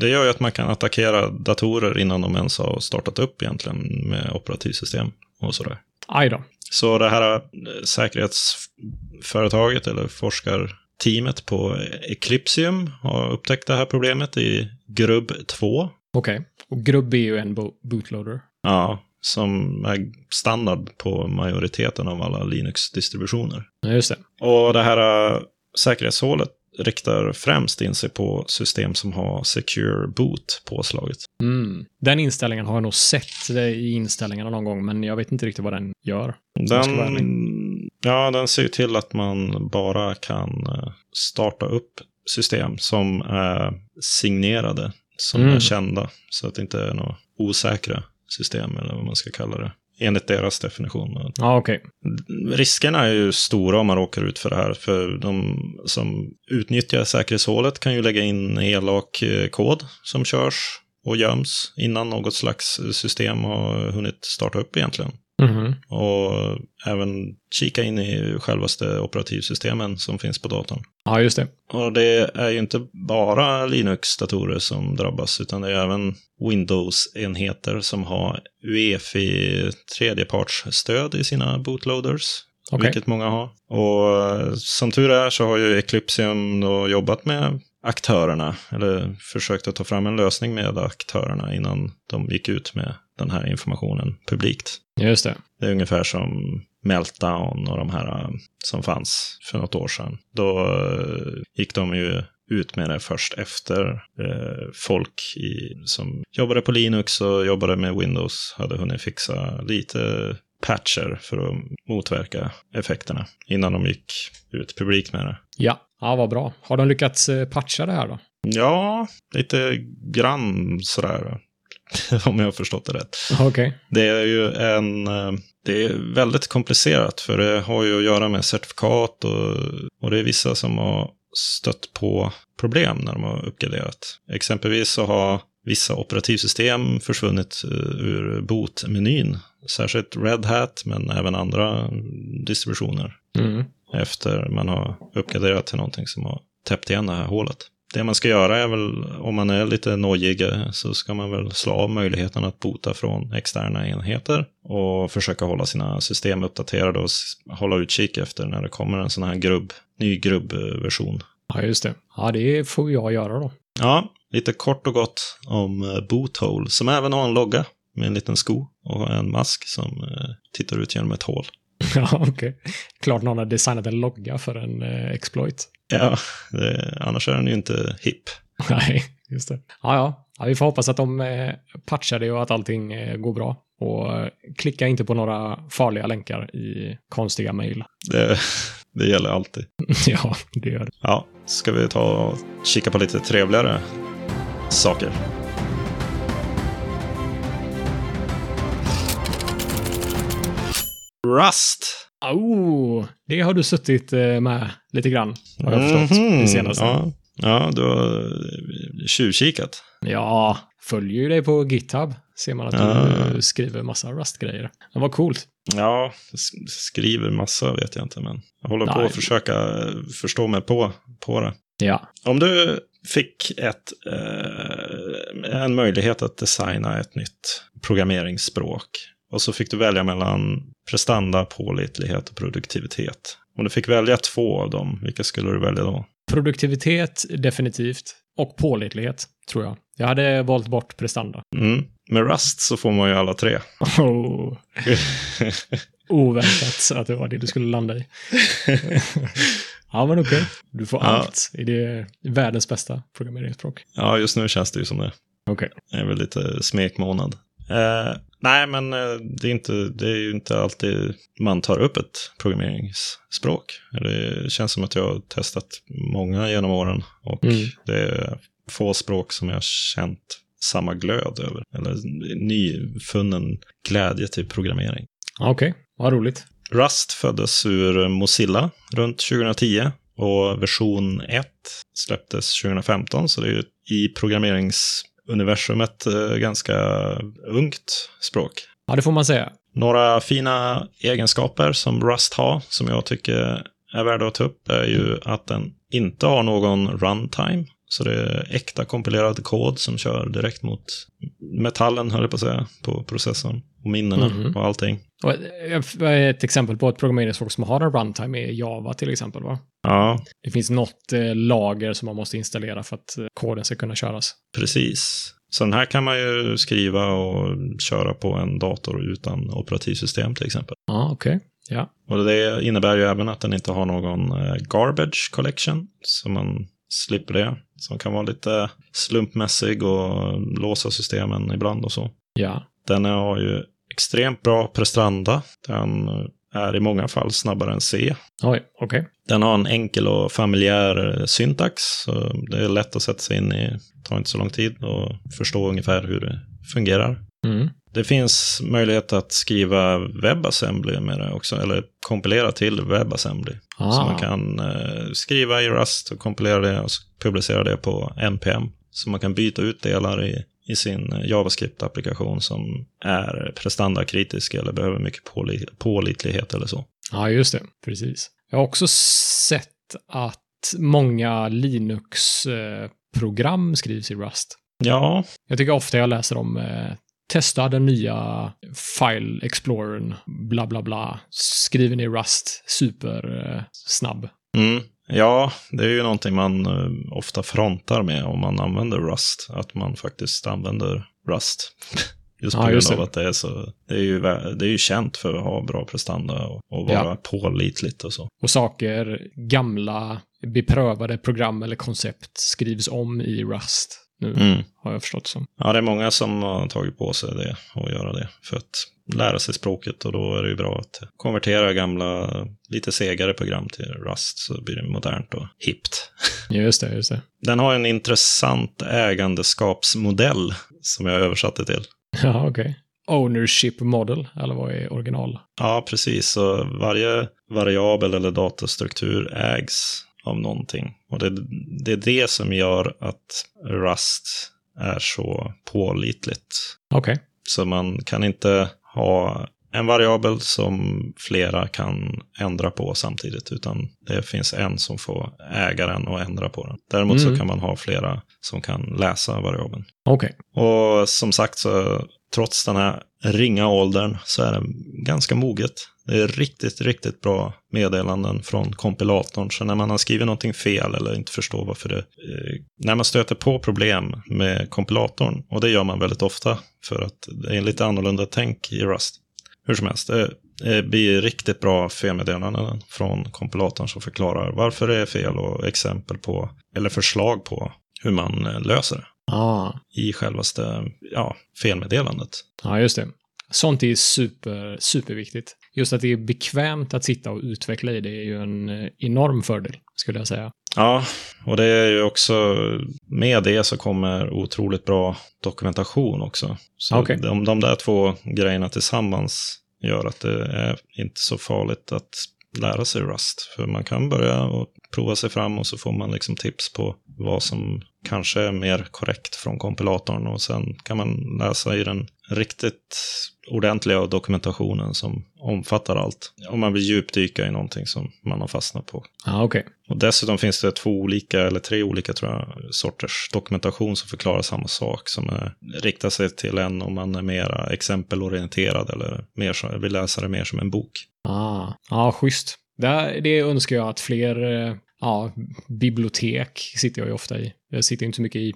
B: det gör ju att man kan attackera datorer innan de ens har startat upp egentligen med operativsystem och sådär.
A: Aj då.
B: Så det här eh, säkerhetsföretaget eller forskarteamet på Eclipsium har upptäckt det här problemet i Grubb 2.
A: Okej. Och grubb är ju en bo- bootloader.
B: Ja, som är standard på majoriteten av alla Linux-distributioner.
A: Ja, just det.
B: Och det här eh, säkerhetshålet riktar främst in sig på system som har Secure Boot påslaget.
A: Mm. Den inställningen har jag nog sett eh, i inställningarna någon gång, men jag vet inte riktigt vad den gör. jag ska vara ärlig.
B: Den, ja, den ser ju till att man äh, bara kan eh, starta upp system som är signerade som
A: Mm.
B: är kända. Så att det inte är några osäkra system eller vad man ska kalla det. Enligt deras definition. Och
A: Ja, okej.
B: Riskerna är ju stora om man råkar ut för det här. För de som utnyttjar säkerhetshålet kan ju lägga in elak eh, kod som körs och göms innan något slags system har hunnit starta upp egentligen.
A: Mhm.
B: Och även kika in i självaste operativsystemen som finns på datorn.
A: Ja, just det.
B: Och det är ju inte bara Linux-datorer som drabbas, utan det är även Windows-enheter som har UEFI tredjepartsstöd i sina bootloaders.
A: Okej.
B: Vilket många har. Och eh, som tur är så har ju Eclipsium då jobbat med aktörerna, eller försökt att ta fram en lösning med aktörerna innan de gick ut med den här informationen publikt.
A: Just det.
B: Det är ungefär som Meltdown och de här eh, som fanns för något år sedan. Då eh, gick de ju ut med det först efter eh, folk i, som jobbade på Linux och jobbade med Windows hade hunnit fixa lite patcher för att motverka effekterna innan de gick ut publikt med det.
A: Ja. Ja, vad bra. Har de lyckats eh, patcha det här då?
B: Ja, lite grann sådär. [LAUGHS] Om jag har förstått det rätt.
A: [LAUGHS] Okej.
B: Det är ju en... eh, Det är väldigt komplicerat för det har ju att göra med certifikat och, och det är vissa som har stött på problem när de har uppgraderat. Exempelvis så har vissa operativsystem försvunnit eh, ur bootmenyn. Särskilt Red Hat men även andra distributioner
A: Mm.
B: efter man har uppgraderat till någonting som har täppt igen det här hålet. Det man ska göra är väl, om man är lite nojig, eh, så ska man väl slå av möjligheten att bota från externa enheter och försöka hålla sina system uppdaterade och s- hålla utkik efter när det kommer en sån här grubb, ny grubbversion.
A: Ja, just det. Ja, det får jag göra då. [LAUGHS]
B: Ja, lite kort och gott om eh, Boothole, som även har en logga med en liten sko och en mask som eh, tittar ut genom ett hål.
A: ja, okej. Klart någon har designat en logga för en eh, exploit. [LAUGHS]
B: Ja, det, annars är den ju inte hipp.
A: Nej, just det. Ja, ja. ja, vi får hoppas att de eh, patchar det och att allting eh, går bra. Och eh, klicka inte på några farliga länkar i konstiga mejl.
B: Det, [LAUGHS] det gäller alltid.
A: [LAUGHS] ja, det gör det.
B: Ja, ska vi ta och kika på lite trevligare saker? Rust!
A: Oh, det har du suttit eh, med lite grann, har jag förstått,
B: Mhm,
A: det senaste. Ja.
B: Ja, ja du har eh, tjuvkikat.
A: följer ju dig på GitHub. Ser man att du
B: Ja.
A: eh, skriver massa Rust-grejer. Det var coolt.
B: Ja, s- skriver massa vet jag inte, men jag håller på
A: Nej.
B: att försöka eh, förstå mig på, på det.
A: Ja.
B: Om du fick ett, eh, en möjlighet att designa ett nytt programmeringsspråk och så fick du välja mellan prestanda, pålitlighet och produktivitet. Om du fick välja två av dem, vilka skulle du välja då?
A: Produktivitet, definitivt. Och pålitlighet, tror jag. Jag hade valt bort prestanda.
B: Mm. Med Rust så får man ju alla tre.
A: Oh. Oväntat att det var det du skulle landa i. ja, men okej. Du får
B: Ja.
A: allt i det världens bästa programmeringsspråk.
B: ja, just nu känns det ju som det.
A: Okej.
B: Det är väl lite smekmånad. Eh, nej, men eh, det är, inte, det är ju inte alltid man tar upp ett programmeringsspråk. Det känns som att jag har testat många genom åren och
A: Mm.
B: det är få språk som jag har känt samma glöd över. Eller nyfunnen glädje till programmering.
A: Ja, Okej, vad roligt.
B: Rust föddes ur Mozilla runt 2010 och version 1 släpptes 2015, så det är ju i programmeringsuniversumet eh, ganska ungt språk.
A: Ja, det får man säga.
B: Några fina egenskaper som Rust har, som jag tycker är värda att ta upp, är ju att den inte har någon runtime. Så det är äkta kompilerad kod som kör direkt mot metallen, höll jag på att säga, på processorn och minnena
A: Mhm.
B: och allting.
A: Och eh, ett- ett exempel på ett programmeringsspråk som har en runtime är Java till exempel. Va?
B: Ja,
A: Det finns något eh, lager som man måste installera för att eh, koden ska kunna köras.
B: Precis. Så den här kan man ju skriva och köra på en dator utan operativsystem till exempel.
A: Ja, okej.
B: Och det innebär ju även att den inte har någon eh, garbage collection, så man slipper det. Som kan vara lite slumpmässig och låsa systemen ibland och så.
A: Ja.
B: Den har ju extremt bra prestanda. Den är i många fall snabbare än C.
A: Oj, okej.
B: Den har en enkel och familjär eh, syntax, så det är lätt att sätta sig in i. tar inte så lång tid och förstå ungefär hur det fungerar.
A: Mm.
B: Det finns möjlighet att skriva WebAssembly med det också, eller kompilera till WebAssembly. Så
A: Ah.
B: man kan eh, skriva i Rust och kompilera det och s- publicera det på NPM. Så man kan byta ut delar i, i sin JavaScript-applikation som är prestandakritisk eller behöver mycket påli- pålitlighet eller så.
A: Ja, just det. Precis. Jag har också sett att många Linux-program eh, skrivs i Rust.
B: Ja,
A: Jag tycker ofta jag läser om eh, testa den nya File Explorern, bla bla bla, skriven i Rust, super eh, snabb.
B: Mm. Ja, det är ju någonting man eh, ofta frontar med om man använder Rust. Att man faktiskt använder Rust. [LAUGHS] Just på
A: Ja, just
B: grund
A: det.
B: av att det är så. Det är ju, vä- det är ju känt för att ha bra prestanda och, och vara
A: Ja.
B: pålitligt och så.
A: Och saker, gamla, beprövade program eller koncept skrivs om i Rust. Nu
B: Mm.
A: har jag förstått som.
B: Ja, det är många som har tagit på sig det och göra det för att lära sig språket och då är det ju bra att konvertera gamla, lite segare program till Rust så blir det modernt och hippt.
A: Ja, just det, just det. [LAUGHS]
B: Den har en intressant ägandeskapsmodell som jag översatte till.
A: Ja, okej. Ownership model, eller vad är original?
B: Ja, precis. Så varje variabel eller datastruktur ägs av någonting. Och det, det är det som gör att Rust är så pålitligt.
A: Okej.
B: Så man kan inte ha en variabel som flera kan ändra på samtidigt, utan det finns en som får äga den och ändra på den. Däremot
A: Mm.
B: så kan man ha flera som kan läsa variabeln.
A: Okej.
B: Och som sagt, så trots den här ringa åldern så är det ganska moget. Det är riktigt, riktigt bra meddelanden från kompilatorn. Så när man har skrivit någonting fel eller inte förstår varför det... Eh, när man stöter på problem med kompilatorn, och det gör man väldigt ofta för att det är lite annorlunda tänk i Rust. Hur som helst, det eh, blir riktigt bra felmeddelanden från kompilatorn som förklarar varför det är fel och exempel på, eller förslag på, hur man eh, löser det
A: Ah.
B: i självaste ja, felmeddelandet.
A: Ja, just det. Sånt är super, superviktigt. Just att det är bekvämt att sitta och utveckla i det är ju en eh, enorm fördel, skulle jag säga.
B: Ja, och det är ju också med det så kommer otroligt bra dokumentation också. Så
A: Okej.
B: de, de där två grejerna tillsammans gör att det är inte så farligt att lära sig Rust. För man kan börja och prova sig fram och så får man liksom tips på vad som kanske är mer korrekt från kompilatorn och sen kan man läsa i den riktigt ordentliga dokumentationen som omfattar allt. Om man vill djupdyka i någonting som man har fastnat på.
A: Ja, okej.
B: Och dessutom finns det två olika, eller tre olika tror jag, sorters dokumentation som förklarar samma sak. Som är, riktar sig till en om man är mer exempelorienterad eller mer, så- vill läsa det mer som en bok.
A: Ah. Ja, schysst. Det, det önskar jag att fler eh, ja, bibliotek sitter jag ju ofta i. Jag sitter inte så mycket i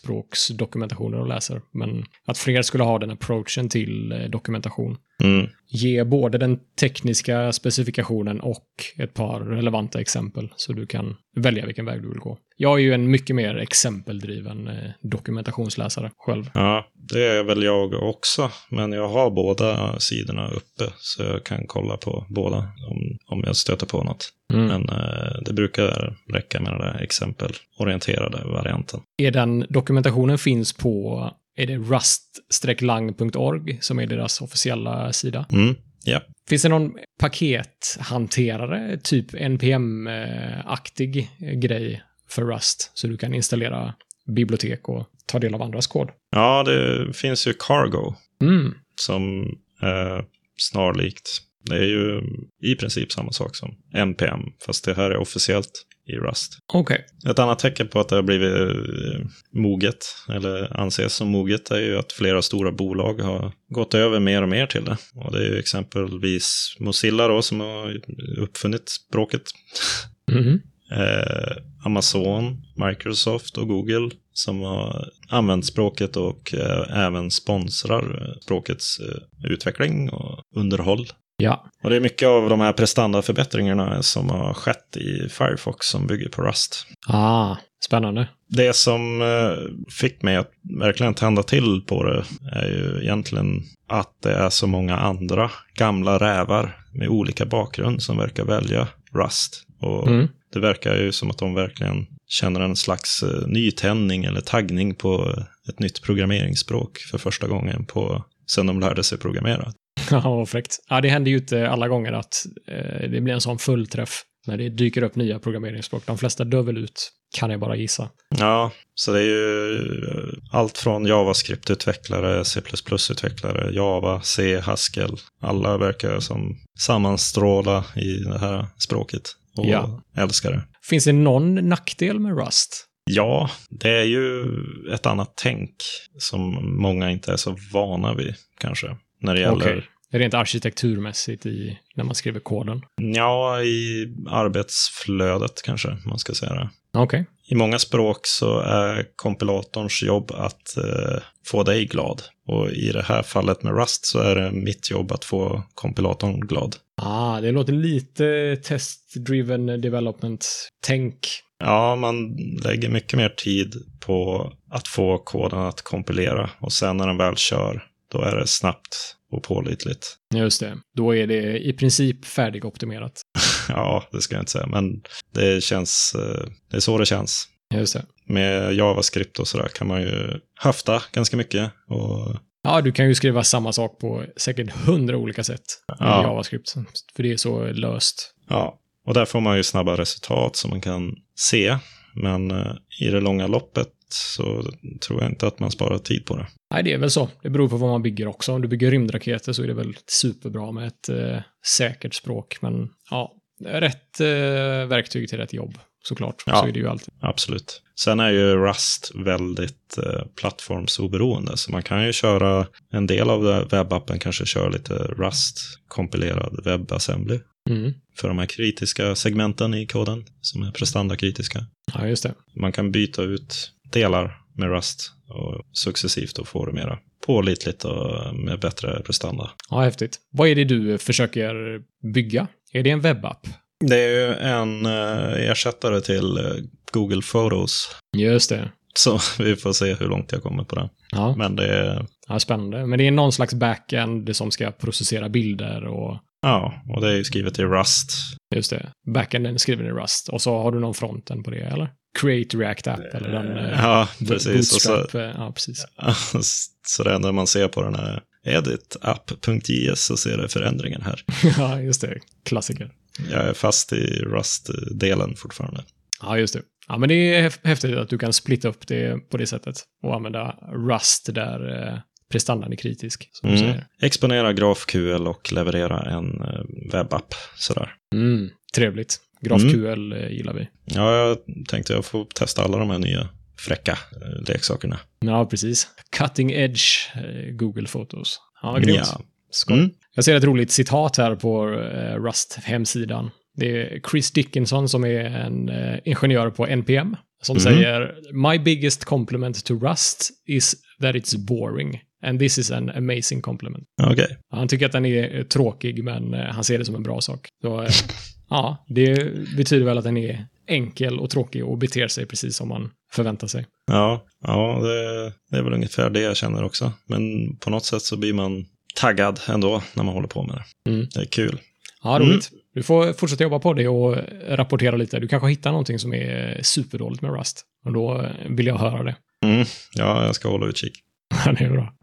A: programmeringsspråksdokumentationer och läser, men att fler skulle ha den approachen till eh, dokumentation.
B: Mm.
A: Ge både den tekniska specifikationen och ett par relevanta exempel så du kan välja vilken väg du vill gå. Jag är ju en mycket mer exempeldriven eh, dokumentationsläsare själv.
B: Ja, det är väl jag också. Men jag har båda sidorna uppe så jag kan kolla på båda om, om jag stöter på något. Men eh, det brukar räcka med den där exempelorienterade varianten.
A: Är den dokumentationen finns på är det rust-lang.org som är deras officiella sida.
B: Mm. Ja.
A: Finns det någon pakethanterare, typ NPM-aktig grej för Rust? Så du kan installera bibliotek och ta del av andras kod.
B: ja, det finns ju Cargo.
A: Mm.
B: som är snarlikt. Det är ju i princip samma sak som NPM, fast det här är officiellt i Rust.
A: Okej.
B: Ett annat tecken på att det har blivit eh, moget, eller anses som moget, är ju att flera stora bolag har gått över mer och mer till det. Och det är ju exempelvis Mozilla då som har uppfunnit språket. [LAUGHS]
A: Mhm.
B: Eh, Amazon, Microsoft och Google som har använt språket och eh, även sponsrar eh, språkets eh, utveckling och underhåll.
A: Ja.
B: Och det är mycket av de här prestandaförbättringarna som har skett i Firefox som bygger på Rust.
A: Ah, spännande. [LAUGHS]
B: Det som eh, fick mig att verkligen tända till på det är ju egentligen att det är så många andra gamla rävar med olika bakgrund som verkar välja Rust. Och
A: Mm.
B: det verkar ju som att de verkligen känner en slags eh, nytändning eller taggning på eh, ett nytt programmeringsspråk för första gången på sen de lärde sig programmera.
A: Ja, vad fräckt. Ja, det händer ju inte alla gånger att eh, det blir en sån fullträff när det dyker upp nya programmeringsspråk. De flesta dör väl ut, kan jag bara gissa.
B: Ja, så det är ju eh, allt från JavaScript-utvecklare, C++-utvecklare, Java, C, Haskell. Alla verkar som sammanstråla i det här språket och
A: Ja.
B: älskar det.
A: Finns det någon nackdel med Rust?
B: Ja, det är ju ett annat tänk som många inte är så vana vid kanske. När det gäller
A: Okej. Rent arkitekturmässigt i, när man skriver koden?
B: ja, i arbetsflödet kanske man ska säga det.
A: Okej.
B: I många språk så är kompilatorns jobb att eh, få dig glad. Och i det här fallet med Rust så är det mitt jobb att få kompilatorn glad.
A: Ah, det låter lite test-driven development-tänk.
B: Ja, man lägger mycket mer tid på att få koden att kompilera och sen när den väl kör, då är det snabbt och pålitligt. [LAUGHS]
A: Just det. Då är det i princip färdigoptimerat.
B: Ja, det ska jag inte säga, men det känns, eh, det är så det känns.
A: Just det.
B: Med JavaScript och sådär kan man ju höfta ganska mycket och
A: Ja, du kan ju skriva samma sak på säkert hundra olika sätt
B: Ja.
A: i JavaScript. För det är så löst.
B: Ja, och där får man ju snabba resultat som man kan se. Men eh, i det långa loppet så tror jag inte att man sparar tid på det.
A: Nej, det är väl så. Det beror på vad man bygger också. Om du bygger rymdraketer så är det väl superbra med ett eh, säkert språk. Men ja, rätt eh, verktyg till rätt jobb såklart.
B: Ja.
A: Så är det ju alltid.
B: Absolut. Sen är ju Rust väldigt eh, plattformsoberoende, så man kan ju köra en del av det- webbappen, kanske köra lite Rust-kompilerad WebAssembly
A: Mm.
B: för de här kritiska segmenten i koden som är prestandakritiska.
A: Ja, just det.
B: Man kan byta ut delar med Rust och successivt då få det mera pålitligt och med bättre prestanda.
A: Ja, häftigt. Vad är det du försöker bygga? Är det en webbapp?
B: Det är ju en eh, ersättare till eh, Google Photos. [LAUGHS]
A: Just det.
B: Så vi får se hur långt jag kommer på den.
A: Ja,
B: Men det är,
A: ja spännande. Men det är någon slags backend som ska processera bilder och
B: ja, och det är ju skrivet i Rust.
A: Just det. Backenden skriver i Rust och så har du någon fronten på det, eller? Create React App eller den... eh,
B: Ja, precis. Och så,
A: Bootstrap, eh, ja, precis.
B: [LAUGHS] så det enda man ser på den här editapp.js så ser det förändringen här.
A: ja, just det. Klassiker.
B: Jag är fast i Rust-delen fortfarande.
A: Ja, just det. Ja, men det är häf- häftigt att du kan splitta upp det på det sättet och använda Rust där eh, prestandan är kritisk, som du
B: Mm.
A: säger.
B: Exponera GraphQL och leverera en eh, webbapp. Sådär.
A: Mm. Trevligt. GraphQL eh, gillar vi.
B: Ja, jag tänkte jag får testa alla de här nya fräcka eh, leksakerna.
A: Ja, precis. Cutting Edge eh, Google Photos. Ja, grymt.
B: Ja.
A: Skoj.
B: Mm.
A: Jag ser ett roligt citat här på eh, Rust-hemsidan. Det är Chris Dickinson som är en eh, ingenjör på NPM som
B: Mhm.
A: säger My biggest compliment to Rust is that it's boring and this is an amazing compliment.
B: Okej.
A: Han tycker att den är eh, tråkig men eh, han ser det som en bra sak.
B: [LAUGHS]
A: Så, eh, ja, det betyder väl att den är enkel och tråkig och beter sig precis som man förväntar sig.
B: Ja, ja det, det är väl ungefär det jag känner också. Men på något sätt så blir man taggad ändå när man håller på med det.
A: Mm.
B: Det är kul.
A: Ja, roligt. Du får fortsätta jobba på det och rapportera lite. Du kanske hittar någonting som är superdåligt med Rust. Och då vill jag höra det. [LAUGHS]
B: Mm. Ja, jag ska hålla utkik.
A: Ja, det är bra.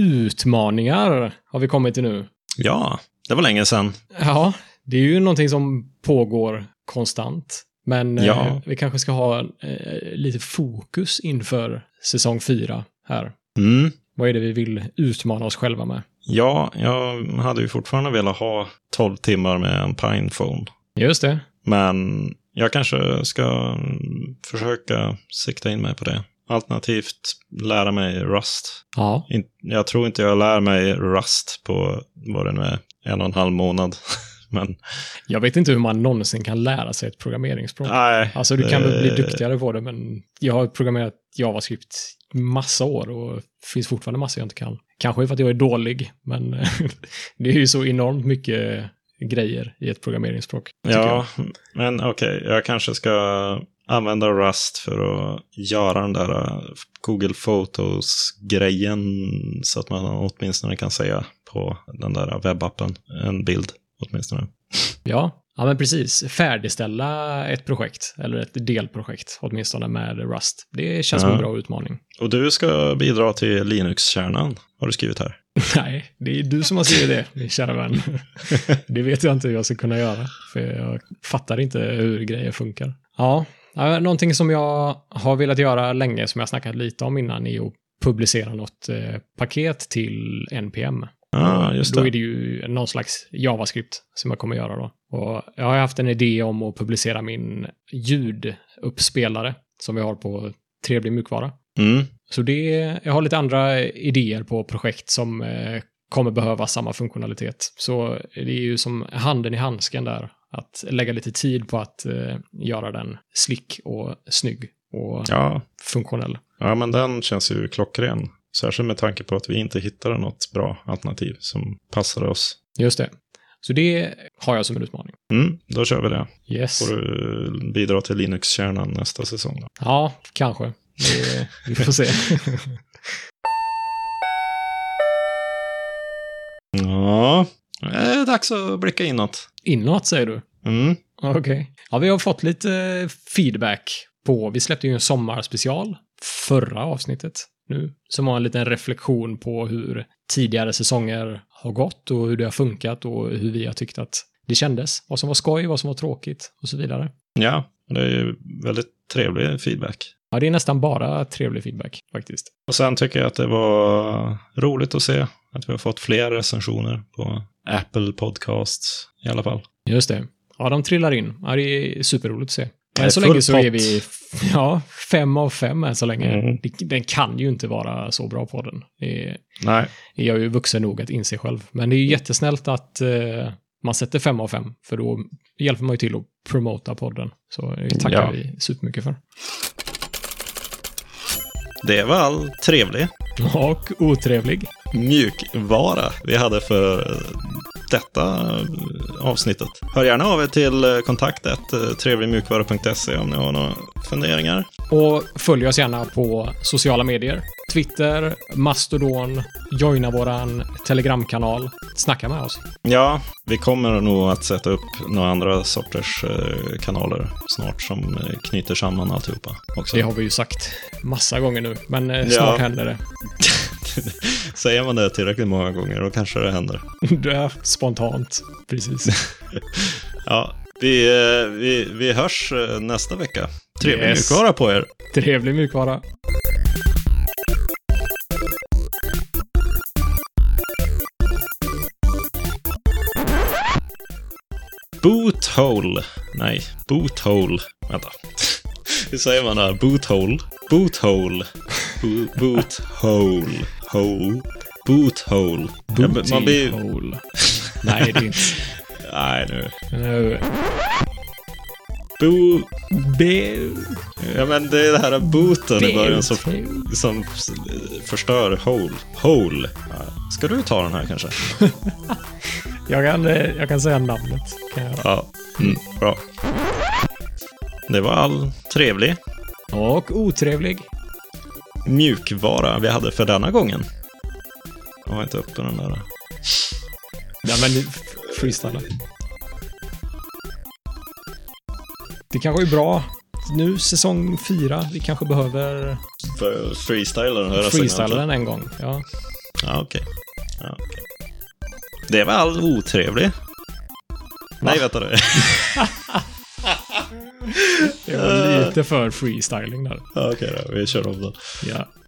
A: Utmaningar har vi kommit till nu.
B: Ja, det var länge sedan.
A: Ja, det är ju någonting som pågår konstant. Men
B: Ja.
A: eh, vi kanske ska ha eh, lite fokus inför säsong fyra här.
B: Mm.
A: Vad är det vi vill utmana oss själva med?
B: Ja, jag hade ju fortfarande velat ha 12 timmar med en Pinephone.
A: Just det.
B: Men jag kanske ska mm, försöka sikta in mig på det. Alternativt lära mig Rust.
A: Ja.
B: In- Jag tror inte jag lär mig Rust på, vad det nu är, en och en halv månad. [LAUGHS] Men
A: Jag vet inte hur man någonsin kan lära sig ett programmeringsspråk.
B: nej.
A: Alltså, du kan väl
B: Eh,
A: bli duktigare på det, men jag har programmerat JavaScript i massa år och finns fortfarande massor jag inte kan. Kanske för att jag är dålig, men [LAUGHS] det är ju så enormt mycket grejer i ett programmeringsspråk. tycker
B: Ja, men okej, jag kanske ska använda Rust för att göra den där eh, Google Photos-grejen så att man åtminstone kan säga på den där webbappen en bild åtminstone.
A: Ja, ja men precis. Färdigställa ett projekt, eller ett delprojekt åtminstone med Rust. Det känns som en
B: Ja.
A: bra utmaning.
B: Och du ska bidra till Linux-kärnan, har du skrivit här.
A: Nej, det är du som har skrivit det, min kära
B: [LAUGHS]
A: vän. Det vet jag inte hur jag ska kunna göra, för jag fattar inte hur grejer funkar. Ja, eh, någonting som jag har velat göra länge, som jag snackat lite om innan, är att publicera något eh, paket till NPM.
B: Ja, ah, just
A: då är
B: det.
A: det ju någon slags JavaScript som jag kommer göra då. Och jag har haft en idé om att publicera min ljuduppspelare som vi har på Trevlig mjukvara.
B: Mm.
A: Så det, jag har lite andra idéer på projekt som eh, kommer behöva samma funktionalitet. Så det är ju som handen i handsken där, att lägga lite tid på att eh, göra den slick och snygg och
B: Ja.
A: funktionell.
B: ja, men den känns ju klockren. Särskilt med tanke på att vi inte hittade något bra alternativ som passade oss.
A: Just det. Så det har jag som en utmaning.
B: Mm, då kör vi det.
A: Yes.
B: Får du bidra till Linux-kärnan nästa säsong. Då.
A: Ja, kanske. Det, vi får
B: [LAUGHS]
A: se.
B: Ja, det är dags att blicka inåt.
A: Inåt säger du?
B: Mm.
A: Okej. Ja, vi har fått lite feedback på, vi släppte ju en sommarspecial förra avsnittet nu, som har en liten reflektion på hur tidigare säsonger har gått och hur det har funkat och hur vi har tyckt att det kändes, vad som var skoj, vad som var tråkigt och så vidare.
B: Ja, det är ju väldigt trevlig feedback.
A: Ja, det är nästan bara trevlig feedback faktiskt.
B: Och sen tycker jag att det var roligt att se att vi har fått fler recensioner på Apple Podcasts i alla fall.
A: Just det. Ja, de trillar in. Ja, det är superroligt att se.
B: är
A: Än så
B: full
A: länge så
B: pott.
A: är vi [LAUGHS] ja, fem av fem än så länge.
B: Mm.
A: Det- Den kan ju inte vara så bra på den. Det är-
B: Nej,
A: är jag ju vuxen nog att inse själv. Men det är
B: Mm.
A: ju jättesnällt att eh, man sätter fem av fem, för då hjälper man ju till att promota podden. Så det tackar
B: Ja.
A: vi supermycket för.
B: det var all trevlig
A: Och otrevlig.
B: mjukvara vi hade för eh, detta eh, avsnittet. Hör gärna av er till eh, kontaktet eh, trevligmjukvara.se om ni har några funderingar.
A: Och följ oss gärna på sociala medier. Twitter, Mastodon, joina våran telegramkanal. Snacka med oss.
B: Ja, vi kommer nog att sätta upp några andra sorters eh, kanaler snart som eh, knyter samman alltihopa också.
A: Det har vi ju sagt massa gånger nu, men eh,
B: Ja.
A: snart händer det.
B: [LAUGHS]
A: [LAUGHS]
B: Säger man det tillräckligt många gånger då kanske det händer.
A: det är spontant.
B: [LAUGHS]
A: Precis.
B: Ja, vi, eh, vi, vi hörs eh, nästa vecka. Trevlig
A: Yes.
B: mjukvara på er.
A: Trevlig mjukvara.
B: Boothole. Nej, boothole. Vänta. [LAUGHS] Hur säger man det här? Boothole? Boothole. Bo- Boothole. Hole. Boothole. Ja, men man blir...
A: Booty-hole. Nej, det
B: [LAUGHS]
A: är inte. eh,
B: Nej, nu.
A: Nu.
B: Bo... Ja, men det är det här booten i början som,
A: Boothole.
B: som s- förstör hole. Hole. Ja. Ska du ta den här [LAUGHS] kanske?
A: Jag kan, eh, jag kan säga namnet. Kan jag göra.
B: Ja. Mm, bra. Det var all trevlig
A: Och otrevlig.
B: mjukvara vi hade för denna gången. Jag har inte uppe den där.
A: Nej, men nu- freestyla. Det kanske är bra. Nu säsong fyra. Vi kanske behöver
B: För freestyla den här
A: freestyla
B: segmenten.
A: den en gång. Ja.
B: Ja, okej. Ja, okej. Det var all otrevlig. Nej, vänta [LAUGHS] du.
A: Det var lite för freestyling där.
B: ja, okej då, vi kör om den.
A: Ja.